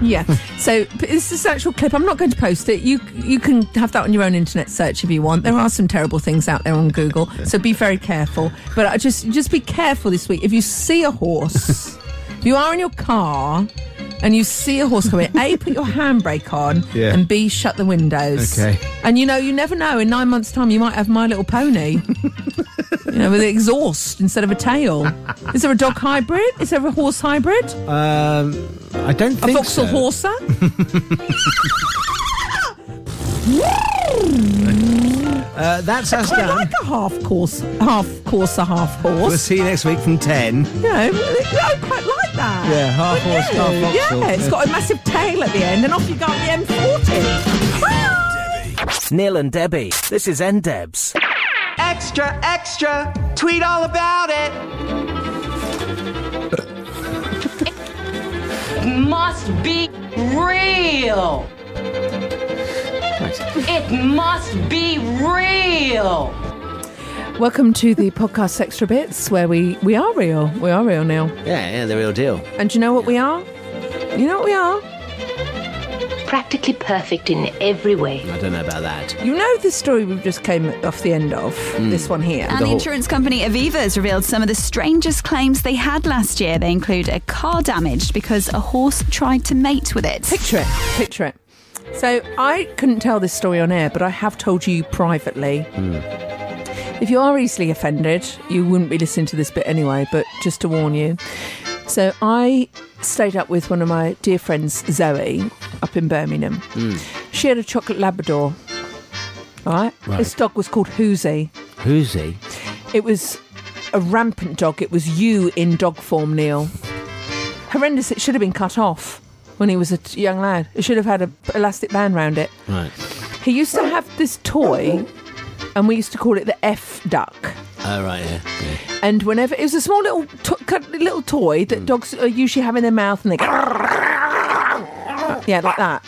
Speaker 3: Yeah. So but this is actual clip. I'm not going to post it. You you can have that on your own internet search if you want. There are some terrible things out there on Google, so be very careful. But I just just be careful this week. If you see a horse, if you are in your car and you see a horse coming, a put your handbrake on,
Speaker 4: Yeah.
Speaker 3: and b shut the windows.
Speaker 4: Okay.
Speaker 3: And you know, you never know. In nine months' time, you might have My Little Pony. you know, with an exhaust instead of a tail. Is there a dog hybrid? Is there a horse hybrid?
Speaker 4: Um, I don't
Speaker 3: A
Speaker 4: think
Speaker 3: Vauxhall
Speaker 4: so.
Speaker 3: Horser?
Speaker 4: Uh, that's us
Speaker 3: Quite
Speaker 4: done.
Speaker 3: like a half course, half course, a half horse.
Speaker 4: We'll see you next week from 10.
Speaker 3: No, I quite like that.
Speaker 4: Yeah, half
Speaker 3: Wouldn't
Speaker 4: horse,
Speaker 3: you?
Speaker 4: half Vauxhall.
Speaker 3: Yeah, it's got a massive tail at the end, and off you go on the M40.
Speaker 20: Neil and Debbie. This is NDebs.
Speaker 19: Extra, extra, tweet all about it.
Speaker 5: must be real. It must be real.
Speaker 3: Welcome to the podcast Extra Bits, where we we are real. We are real now.
Speaker 4: Yeah, yeah, the real deal.
Speaker 3: And do you know what we are? You know what we are?
Speaker 10: Practically perfect in every way.
Speaker 4: I don't know about that.
Speaker 3: You know the story we just came off the end of.
Speaker 4: Mm.
Speaker 3: This one here.
Speaker 9: And the insurance company Aviva has revealed some of the strangest claims they had last year. They include a car damaged because a horse tried to mate with it.
Speaker 3: Picture it. Picture it. So I couldn't tell this story on air, but I have told you privately. If you are easily offended, you wouldn't be listening to this bit anyway, but just to warn you. So I stayed up with one of my dear friends, Zoe, up in Birmingham. She had a chocolate Labrador. Right?
Speaker 4: Right.
Speaker 3: This dog was called Hoosie.
Speaker 4: Who's he?
Speaker 3: It was a rampant dog. It was you in dog form, Neil. Horrendous. It should have been cut off when he was a t- young lad. It should have had a p- elastic band round it.
Speaker 4: Right.
Speaker 3: He used to have this toy, and we used to call it the F duck.
Speaker 4: Oh, right, yeah. yeah.
Speaker 3: And whenever it was a small little to- cut- little toy that dogs uh, usually have in their mouth, and they go, yeah, like that.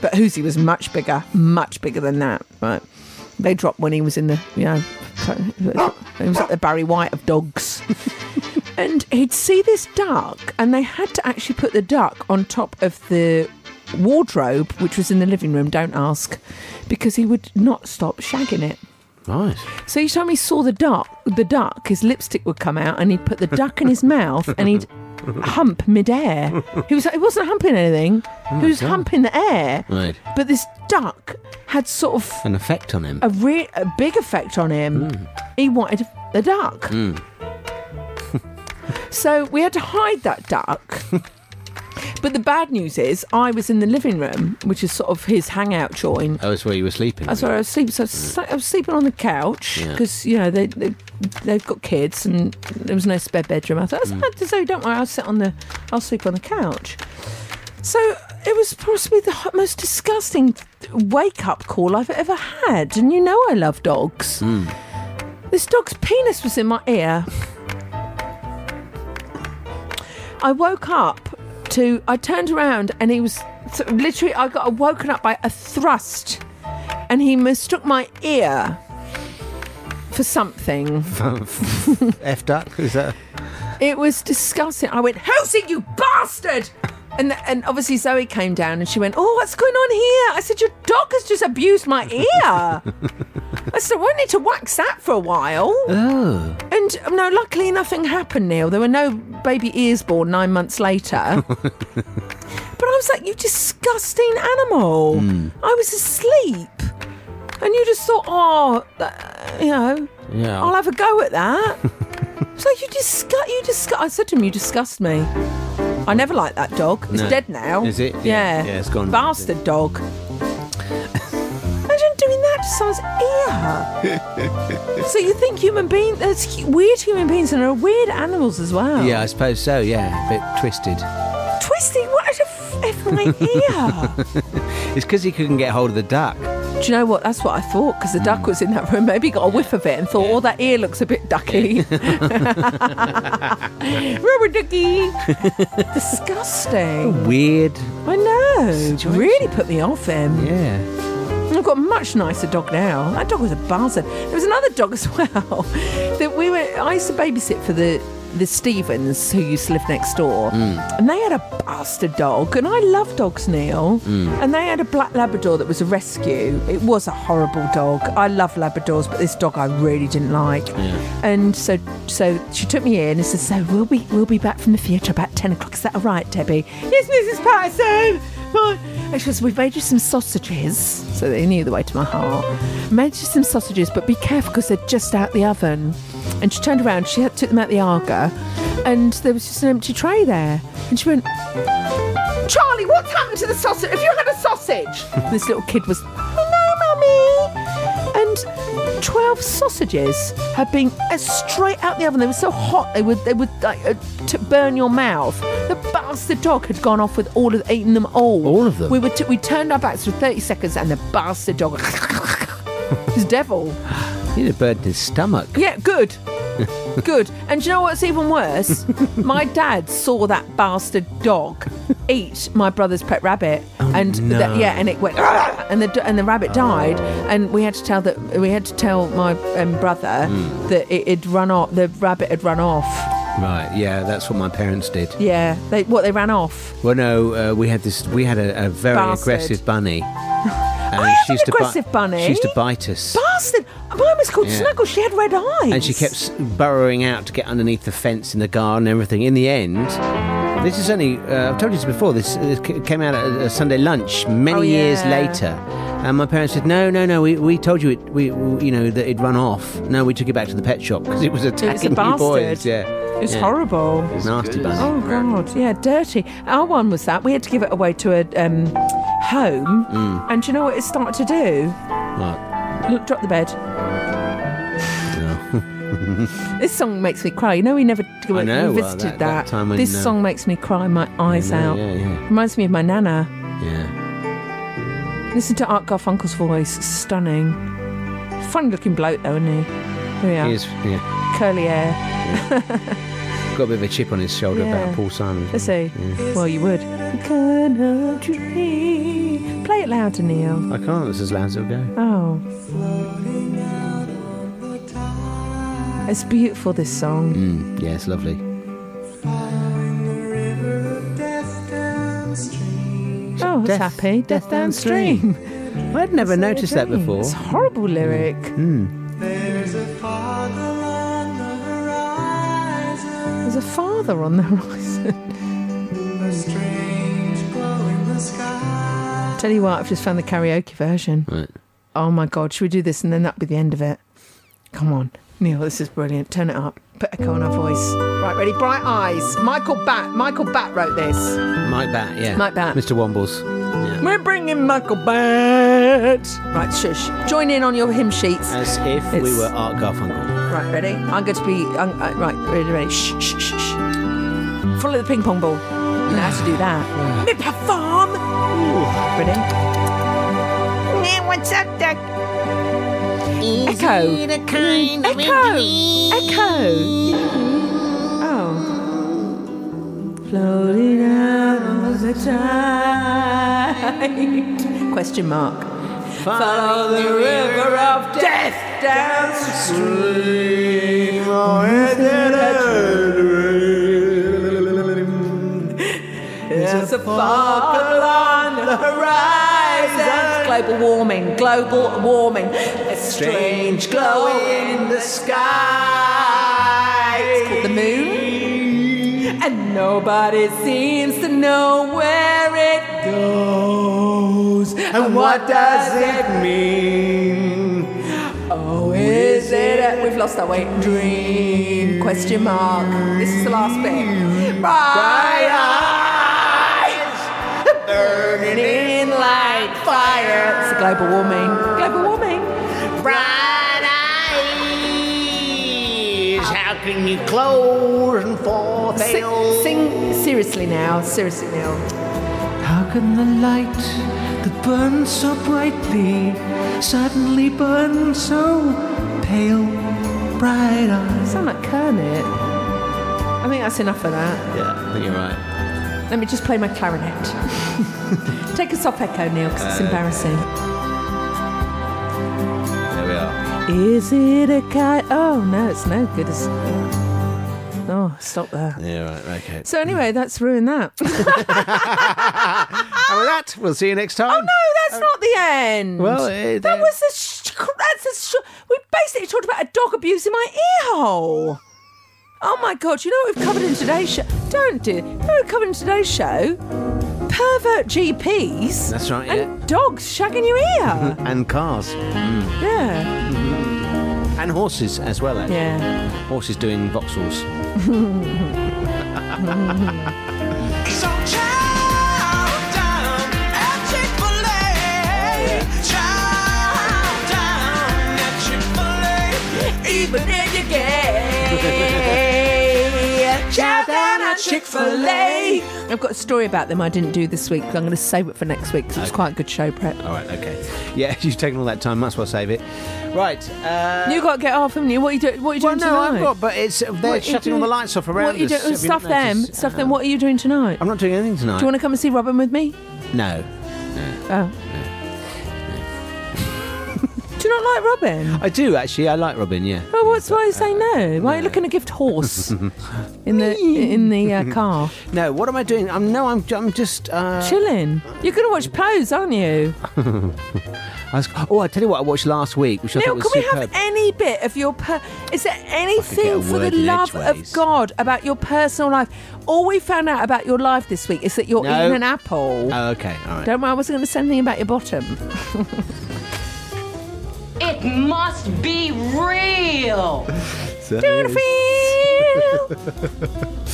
Speaker 3: But Hoosie was much bigger, much bigger than that. Right? They dropped when he was in the you know, he was like the Barry White of dogs. and he'd see this duck, and they had to actually put the duck on top of the wardrobe, which was in the living room. Don't ask, because he would not stop shagging it.
Speaker 4: Right.
Speaker 3: So each time he saw the duck, the duck, his lipstick would come out, and he'd put the duck in his mouth, and he'd hump midair. He was he wasn't humping anything.
Speaker 4: Oh my
Speaker 3: he was
Speaker 4: God.
Speaker 3: humping the air.
Speaker 4: Right.
Speaker 3: But this duck had sort of
Speaker 4: An effect on him.
Speaker 3: a, re- a big effect on him. He wanted the duck.
Speaker 4: Mm.
Speaker 3: So we had to hide that duck. but the bad news is, I was in the living room, which is sort of his hangout joint.
Speaker 4: Oh, it's where you were sleeping. Mm.
Speaker 3: That's where I was sleeping. So I was, sli- I was sleeping on the couch
Speaker 4: Yeah.
Speaker 3: because you know they, they they've got kids and there was no spare bedroom. I thought, mm. so don't worry, I'll sit on the I'll sleep on the couch. So it was possibly the hot- most disgusting wake up call I've ever had, and you know I love dogs.
Speaker 4: Mm.
Speaker 3: This dog's penis was in my ear. I woke up to, I turned around and he was sort of literally, I got woken up by a thrust and he mistook my ear for something.
Speaker 4: F duck? Is that?
Speaker 3: It was disgusting. I went, Halsey, you bastard! And, and obviously Zoe came down and she went, Oh, what's going on here? I said, Your dog has just abused my ear. I said, we need to wax that for a while.
Speaker 4: Oh.
Speaker 3: And um, no, luckily nothing happened, Neil. There were no baby ears born nine months later. but I was like, you disgusting animal.
Speaker 4: Hmm.
Speaker 3: I was asleep. And you just thought, oh, uh, you know,
Speaker 4: Yeah.
Speaker 3: I'll have a go at that. so you disgust, you disgust. I said to him, you disgust me. I never liked that dog. It's
Speaker 4: No.
Speaker 3: dead now.
Speaker 4: Is it?
Speaker 3: Yeah.
Speaker 4: Yeah. Yeah, it's gone.
Speaker 3: Bastard dog. Imagine doing that to someone's ear. So you think human beings? There's hu- weird human beings and there are weird animals as well.
Speaker 4: Yeah, I suppose so, yeah. A bit twisted.
Speaker 3: Twisting. What if, if my ear?
Speaker 4: it's because he couldn't get hold of the duck.
Speaker 3: Do you know what? That's what I thought because the duck was in that room. Maybe he got a whiff of it and thought, "Oh, that ear looks a bit ducky." Rubber ducky. Disgusting.
Speaker 4: Weird.
Speaker 3: I know. Really put me off him.
Speaker 4: Yeah.
Speaker 3: I've got a much nicer dog now. That dog was a bastard. There was another dog as well that we were. I used to babysit for the the Stevens who used to live next door,
Speaker 4: Mm.
Speaker 3: and they had a bastard dog. And I love dogs, Neil.
Speaker 4: Mm.
Speaker 3: And they had a black Labrador that was a rescue. It was a horrible dog. I love Labradors, but this dog I really didn't like.
Speaker 4: Yeah.
Speaker 3: And so, so she took me in and said, "So we'll be we'll be back from the theatre about ten o'clock. Is that all right, Debbie?" Yes, Mrs. Patterson. Right. And she goes, "We've made you some sausages." So they knew the way to my heart. Made you some sausages, but be careful because they're just out the oven. And she turned around. She had, took them out the Arga, and there was just an empty tray there. And she went, "Charlie, what's happened to the sausage? Have you had a sausage?" this little kid was, "Hello, mummy." And around 12 sausages had been uh, straight out the oven. They were so hot, they would they would like, uh, t- burn your mouth. The bastard dog had gone off with all of eaten them all.
Speaker 4: All of them?
Speaker 3: We were t- we turned our backs for 30 seconds, and the bastard dog. His devil.
Speaker 4: He had a bird in his stomach.
Speaker 3: Yeah, good. Good. And do you know what's even worse? my dad saw that bastard dog eat my brother's pet rabbit, and
Speaker 4: no.
Speaker 3: that- yeah, and it went, "Argh!" and the d- and the rabbit died, and we had to tell that we had to tell my um, brother
Speaker 4: Mm.
Speaker 3: that it had run off. The rabbit had run off.
Speaker 4: Right, yeah, that's what my parents did.
Speaker 3: Yeah, they what they ran off.
Speaker 4: Well, no, uh, we had this. We had a, a very
Speaker 3: Bastard.
Speaker 4: aggressive bunny. And
Speaker 3: I had
Speaker 4: she
Speaker 3: an
Speaker 4: used to bite-
Speaker 3: aggressive bunny.
Speaker 4: She used to bite us,
Speaker 3: Bastard! Mine was called
Speaker 4: Yeah.
Speaker 3: Snuggle. She had red eyes.
Speaker 4: and she kept s- burrowing out to get underneath the fence in the garden and everything. In the end, this is only. Uh, I've told you this before. This, this c- came out at a Sunday lunch many
Speaker 3: Oh,
Speaker 4: years
Speaker 3: yeah.
Speaker 4: later, and my parents said, "No, no, no. We, we told you it. We, we- you know that it'd run off. No, we took it back to the pet shop because it was
Speaker 3: It was a
Speaker 4: attacking you
Speaker 3: bastard.
Speaker 4: boys. Yeah,
Speaker 3: It's
Speaker 4: Yeah.
Speaker 3: horrible.
Speaker 4: Nasty bunny.
Speaker 3: Oh god, yeah, dirty. Our one was that we had to give it away to a um, home,
Speaker 4: Mm.
Speaker 3: and do you know what it started to do?
Speaker 4: Right.
Speaker 3: Look, drop the bed.
Speaker 4: No.
Speaker 3: This song makes me cry. You know, we never we
Speaker 4: I know, well,
Speaker 3: revisited
Speaker 4: that- that time when,
Speaker 3: this
Speaker 4: uh,
Speaker 3: song makes me cry my eyes
Speaker 4: I know,
Speaker 3: out.
Speaker 4: yeah, yeah.
Speaker 3: Reminds me of my nana.
Speaker 4: yeah.
Speaker 3: Listen to Art Garfunkel's voice. Stunning. Funny looking bloke, though, isn't he? Yeah.
Speaker 4: He is, yeah.
Speaker 3: Curly hair.
Speaker 4: Got a bit of a chip on his shoulder
Speaker 3: Yeah.
Speaker 4: about Paul Simon.
Speaker 3: Let's see.
Speaker 4: Yeah.
Speaker 3: Well, you would. Play it louder, Neil.
Speaker 4: I can't. It's as loud as it'll go.
Speaker 3: Oh. It's beautiful, this song.
Speaker 4: Mm, yeah, it's lovely.
Speaker 3: Oh, it's happy. Death, downstream.
Speaker 4: I'd never noticed that before.
Speaker 3: It's a horrible lyric.
Speaker 4: Mm.
Speaker 6: There's a father on the horizon.
Speaker 3: There's a father on the horizon.
Speaker 6: A strange glow in the sky.
Speaker 3: Tell you what, I've just found the karaoke version.
Speaker 4: Right.
Speaker 3: Oh my god, should we do this and then that'll be the end of it? Come on, Neil, this is brilliant. Turn it up. Put echo on our voice. Right, ready? Bright eyes. Michael Bat. Michael Bat wrote this.
Speaker 4: Mike Bat, yeah.
Speaker 3: Mike Batt.
Speaker 4: Mr. Wombles. Yeah.
Speaker 3: We're bringing Michael Bat. Right, shush. Join in on your hymn sheets.
Speaker 4: As if we
Speaker 3: It's-
Speaker 4: were Art Garfunkel.
Speaker 3: Right, ready? I'm going to be. I'm, uh, right, ready, ready. Shh, shh, shh, shh. Follow the ping pong ball. You know how to do that. Me perform. Ready? Yeah, what's up, Doc? Echo.
Speaker 6: it a
Speaker 3: kind Echo. Echo. Oh. Floating out on the tide. Question mark. Follow the river of death Oh, downstream. or into the dream. There's a sparkle on the horizon. Global warming, global warming. A strange glow in the sky. It's called the moon. And nobody seems to know where it goes. And what does it mean? Oh, is it a, we've lost our way? Dream? Question mark. This is the last bit. Bright eyes, burning in like fire. It's a global warming. Global warming. Bright eyes, how can you close and fall? Sing, sing seriously now. Seriously now.
Speaker 6: How can the light that burns so brightly suddenly burn so pale, bright eyes?
Speaker 3: Sound like Kermit. I think that's enough of that.
Speaker 4: Yeah, I think you're right.
Speaker 3: Let me just play my clarinet. Take us off echo, Neil, because it's
Speaker 4: Uh,
Speaker 3: embarrassing.
Speaker 4: There we are.
Speaker 3: Is it a kite? Oh, no, it's no good. As... Oh, stop there.
Speaker 4: Yeah, right, okay.
Speaker 3: So, anyway, that's ruined that. oh, no, Ah!
Speaker 4: And with that, we'll see you next time.
Speaker 3: that's not the end.
Speaker 4: Well, eh,
Speaker 3: Oh, that was a. Sh- that's a sh- we basically talked about a dog abusing my ear hole. Oh my god, you know what we've covered in today's show? Don't do. You know what we've covered in today's show? Pervert GPs.
Speaker 4: That's right,
Speaker 3: And dogs shagging your ear.
Speaker 4: and cars. Mm.
Speaker 3: yeah.
Speaker 4: And horses as well, actually.
Speaker 3: Yeah.
Speaker 4: Horses doing voxels.
Speaker 6: So chow down at Chick-fil-A. Chow down at
Speaker 1: but then you're gay. Chow down on Chick fil A.
Speaker 3: I've got a story about them I didn't do this week. I'm going to save it for next week because it's
Speaker 4: Okay.
Speaker 3: quite a good show prep.
Speaker 4: All right, okay. Yeah, you've taken all that time. Might as well save it. Right. Uh,
Speaker 3: you got to get off, haven't you? What are you, do- what are you
Speaker 4: Well,
Speaker 3: doing
Speaker 4: no,
Speaker 3: tonight?
Speaker 4: I've got, but it's uh, they're
Speaker 3: What are you
Speaker 4: shutting all the lights off around
Speaker 3: What are you
Speaker 4: us.
Speaker 3: doing?
Speaker 4: Have you not
Speaker 3: Stuff them,
Speaker 4: noticed?
Speaker 3: stuff them. What are you doing tonight?
Speaker 4: I'm not doing anything tonight.
Speaker 3: Do you want to come and see Robin with me?
Speaker 4: No.
Speaker 3: Oh. do you not like Robin?
Speaker 4: I do actually. I like Robin. Yeah.
Speaker 3: Well, what's why are you saying no? Why are you looking a gift horse in the in the uh, car?
Speaker 4: No. What am I doing? I'm no. I'm. I'm just uh...
Speaker 3: Chilling. You're going to watch Pose, aren't you?
Speaker 4: I was, oh, I tell you what, I watched last week, which I
Speaker 3: Neil,
Speaker 4: thought
Speaker 3: can
Speaker 4: was
Speaker 3: we have
Speaker 4: superb.
Speaker 3: any bit of your? Per- Is there
Speaker 4: get a
Speaker 3: anything for the
Speaker 4: word in
Speaker 3: love
Speaker 4: edgeways.
Speaker 3: of God about your personal life? All we found out about your life this week is that you're
Speaker 4: No.
Speaker 3: eating an apple.
Speaker 4: Oh, okay. All right.
Speaker 3: Don't worry, I wasn't going to say anything about your bottom.
Speaker 5: It must be real.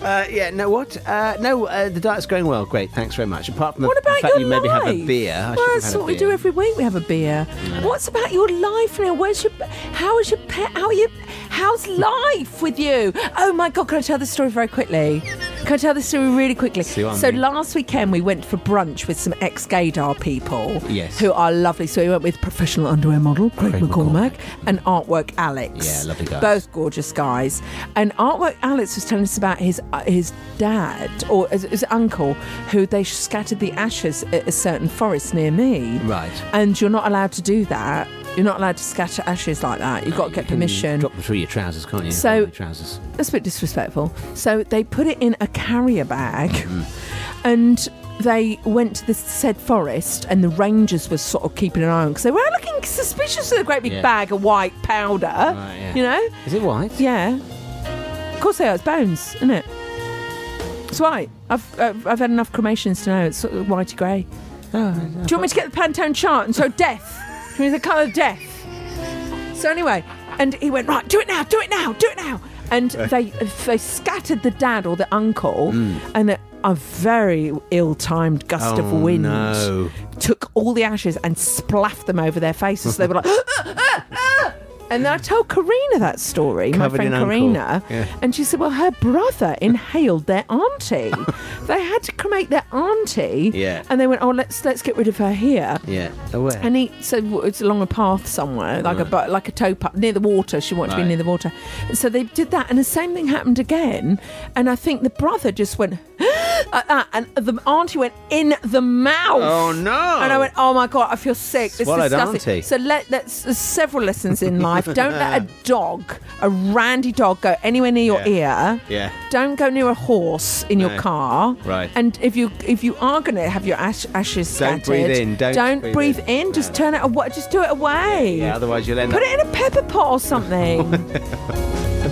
Speaker 4: Uh, yeah, no, what? Uh, no, uh, the diet's going well. Great, thanks very much. Apart from the
Speaker 3: What about
Speaker 4: fact
Speaker 3: your
Speaker 4: you maybe
Speaker 3: life?
Speaker 4: have a beer. I
Speaker 3: well,
Speaker 4: should have
Speaker 3: that's
Speaker 4: had a
Speaker 3: what we
Speaker 4: beer.
Speaker 3: do every week. We have a beer. What's about your life now? Where's your? How is your pet? How are you? How's life with you? Oh my God! Can I tell this story very quickly? Can I tell this story really quickly?
Speaker 4: See what I
Speaker 3: so
Speaker 4: mean.
Speaker 3: last weekend we went for brunch with some ex-gaydar people.
Speaker 4: Yes.
Speaker 3: Who are lovely. So we went with professional underwear model Craig,
Speaker 4: Craig
Speaker 3: McCormack, and artwork Alex.
Speaker 4: Yeah, lovely guys.
Speaker 3: Both gorgeous guys. And artwork Alex was telling us about his uh, his dad or his, his uncle who they scattered the ashes at a certain forest near me.
Speaker 4: Right.
Speaker 3: And you're not allowed to do that. You're not allowed to scatter ashes like that. You've got to get
Speaker 4: You can
Speaker 3: permission.
Speaker 4: Mm-hmm. Drop them through your trousers, can't you?
Speaker 3: So-
Speaker 4: Your trousers.
Speaker 3: That's a bit disrespectful. So they put it in a carrier bag
Speaker 4: Mm-hmm.
Speaker 3: and they went to the said forest and the rangers were sort of keeping an eye on because they were looking suspicious with a great big
Speaker 4: Yeah.
Speaker 3: bag of white powder,
Speaker 4: yeah.
Speaker 3: you know?
Speaker 4: Is it white?
Speaker 3: Yeah. Of course they are. It's bones, isn't it? It's white. I've, I've, I've had enough cremations to know it's sort of whitey grey.
Speaker 4: Oh,
Speaker 3: Do you want me to get the Pantone chart and show death? Do you want me to colour of death? So anyway, and he went right. Do it now. Do it now. Do it now. And
Speaker 4: Eh.
Speaker 3: they they scattered the dad or the uncle,
Speaker 4: Hmm.
Speaker 3: and a, a very ill-timed gust of
Speaker 4: Oh,
Speaker 3: wind
Speaker 4: no.
Speaker 3: took all the ashes and splaffed them over their faces. So they were like. "Ah, ah, ah." And then I told Karina that story,
Speaker 4: Covered
Speaker 3: my friend
Speaker 4: in uncle.
Speaker 3: Karina,
Speaker 4: Yeah.
Speaker 3: and she said, "Well, her brother inhaled their auntie. they had to cremate their auntie,
Speaker 4: Yeah.
Speaker 3: and they went, oh, let's let's get rid of her here.'
Speaker 4: Yeah. Oh, where?
Speaker 3: And he so w- it's along a path somewhere, like a
Speaker 4: Right.
Speaker 3: bu- like a tow path near the water. She wanted to
Speaker 4: Right.
Speaker 3: be near the water, so they did that, and the same thing happened again. And I think the brother just went like that, and the auntie went in the mouth.
Speaker 4: Oh, no.
Speaker 3: And I went, oh my god, I feel sick. It's
Speaker 4: Swallowed
Speaker 3: disgusting.
Speaker 4: auntie.
Speaker 3: So let that's there's several lessons in life. Don't let a dog, a randy dog, go anywhere near your ear.
Speaker 4: Yeah.
Speaker 3: Don't go near a horse in your
Speaker 4: No.
Speaker 3: car.
Speaker 4: Right.
Speaker 3: And if you if you are going to have your ash, ashes
Speaker 4: Don't
Speaker 3: scattered,
Speaker 4: breathe in, don't breathe
Speaker 3: breathe, in. Just turn it away. Just do it away.
Speaker 4: Yeah, otherwise you'll end
Speaker 3: Put
Speaker 4: up.
Speaker 3: it in a pepper pot or something.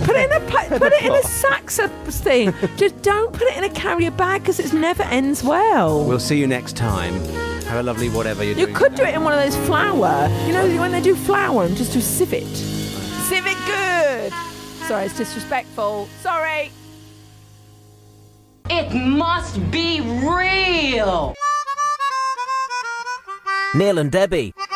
Speaker 3: put it in a pi- put it in a sax thing. Just don't put it in a carrier bag because it never ends well.
Speaker 4: We'll see you next time. Have a lovely whatever you're
Speaker 3: You
Speaker 4: doing.
Speaker 3: could do it in one of those flour. You know when they do flour and just do civet. Civet good. Sorry, it's disrespectful. Sorry.
Speaker 5: It must be real.
Speaker 20: Neil and Debbie.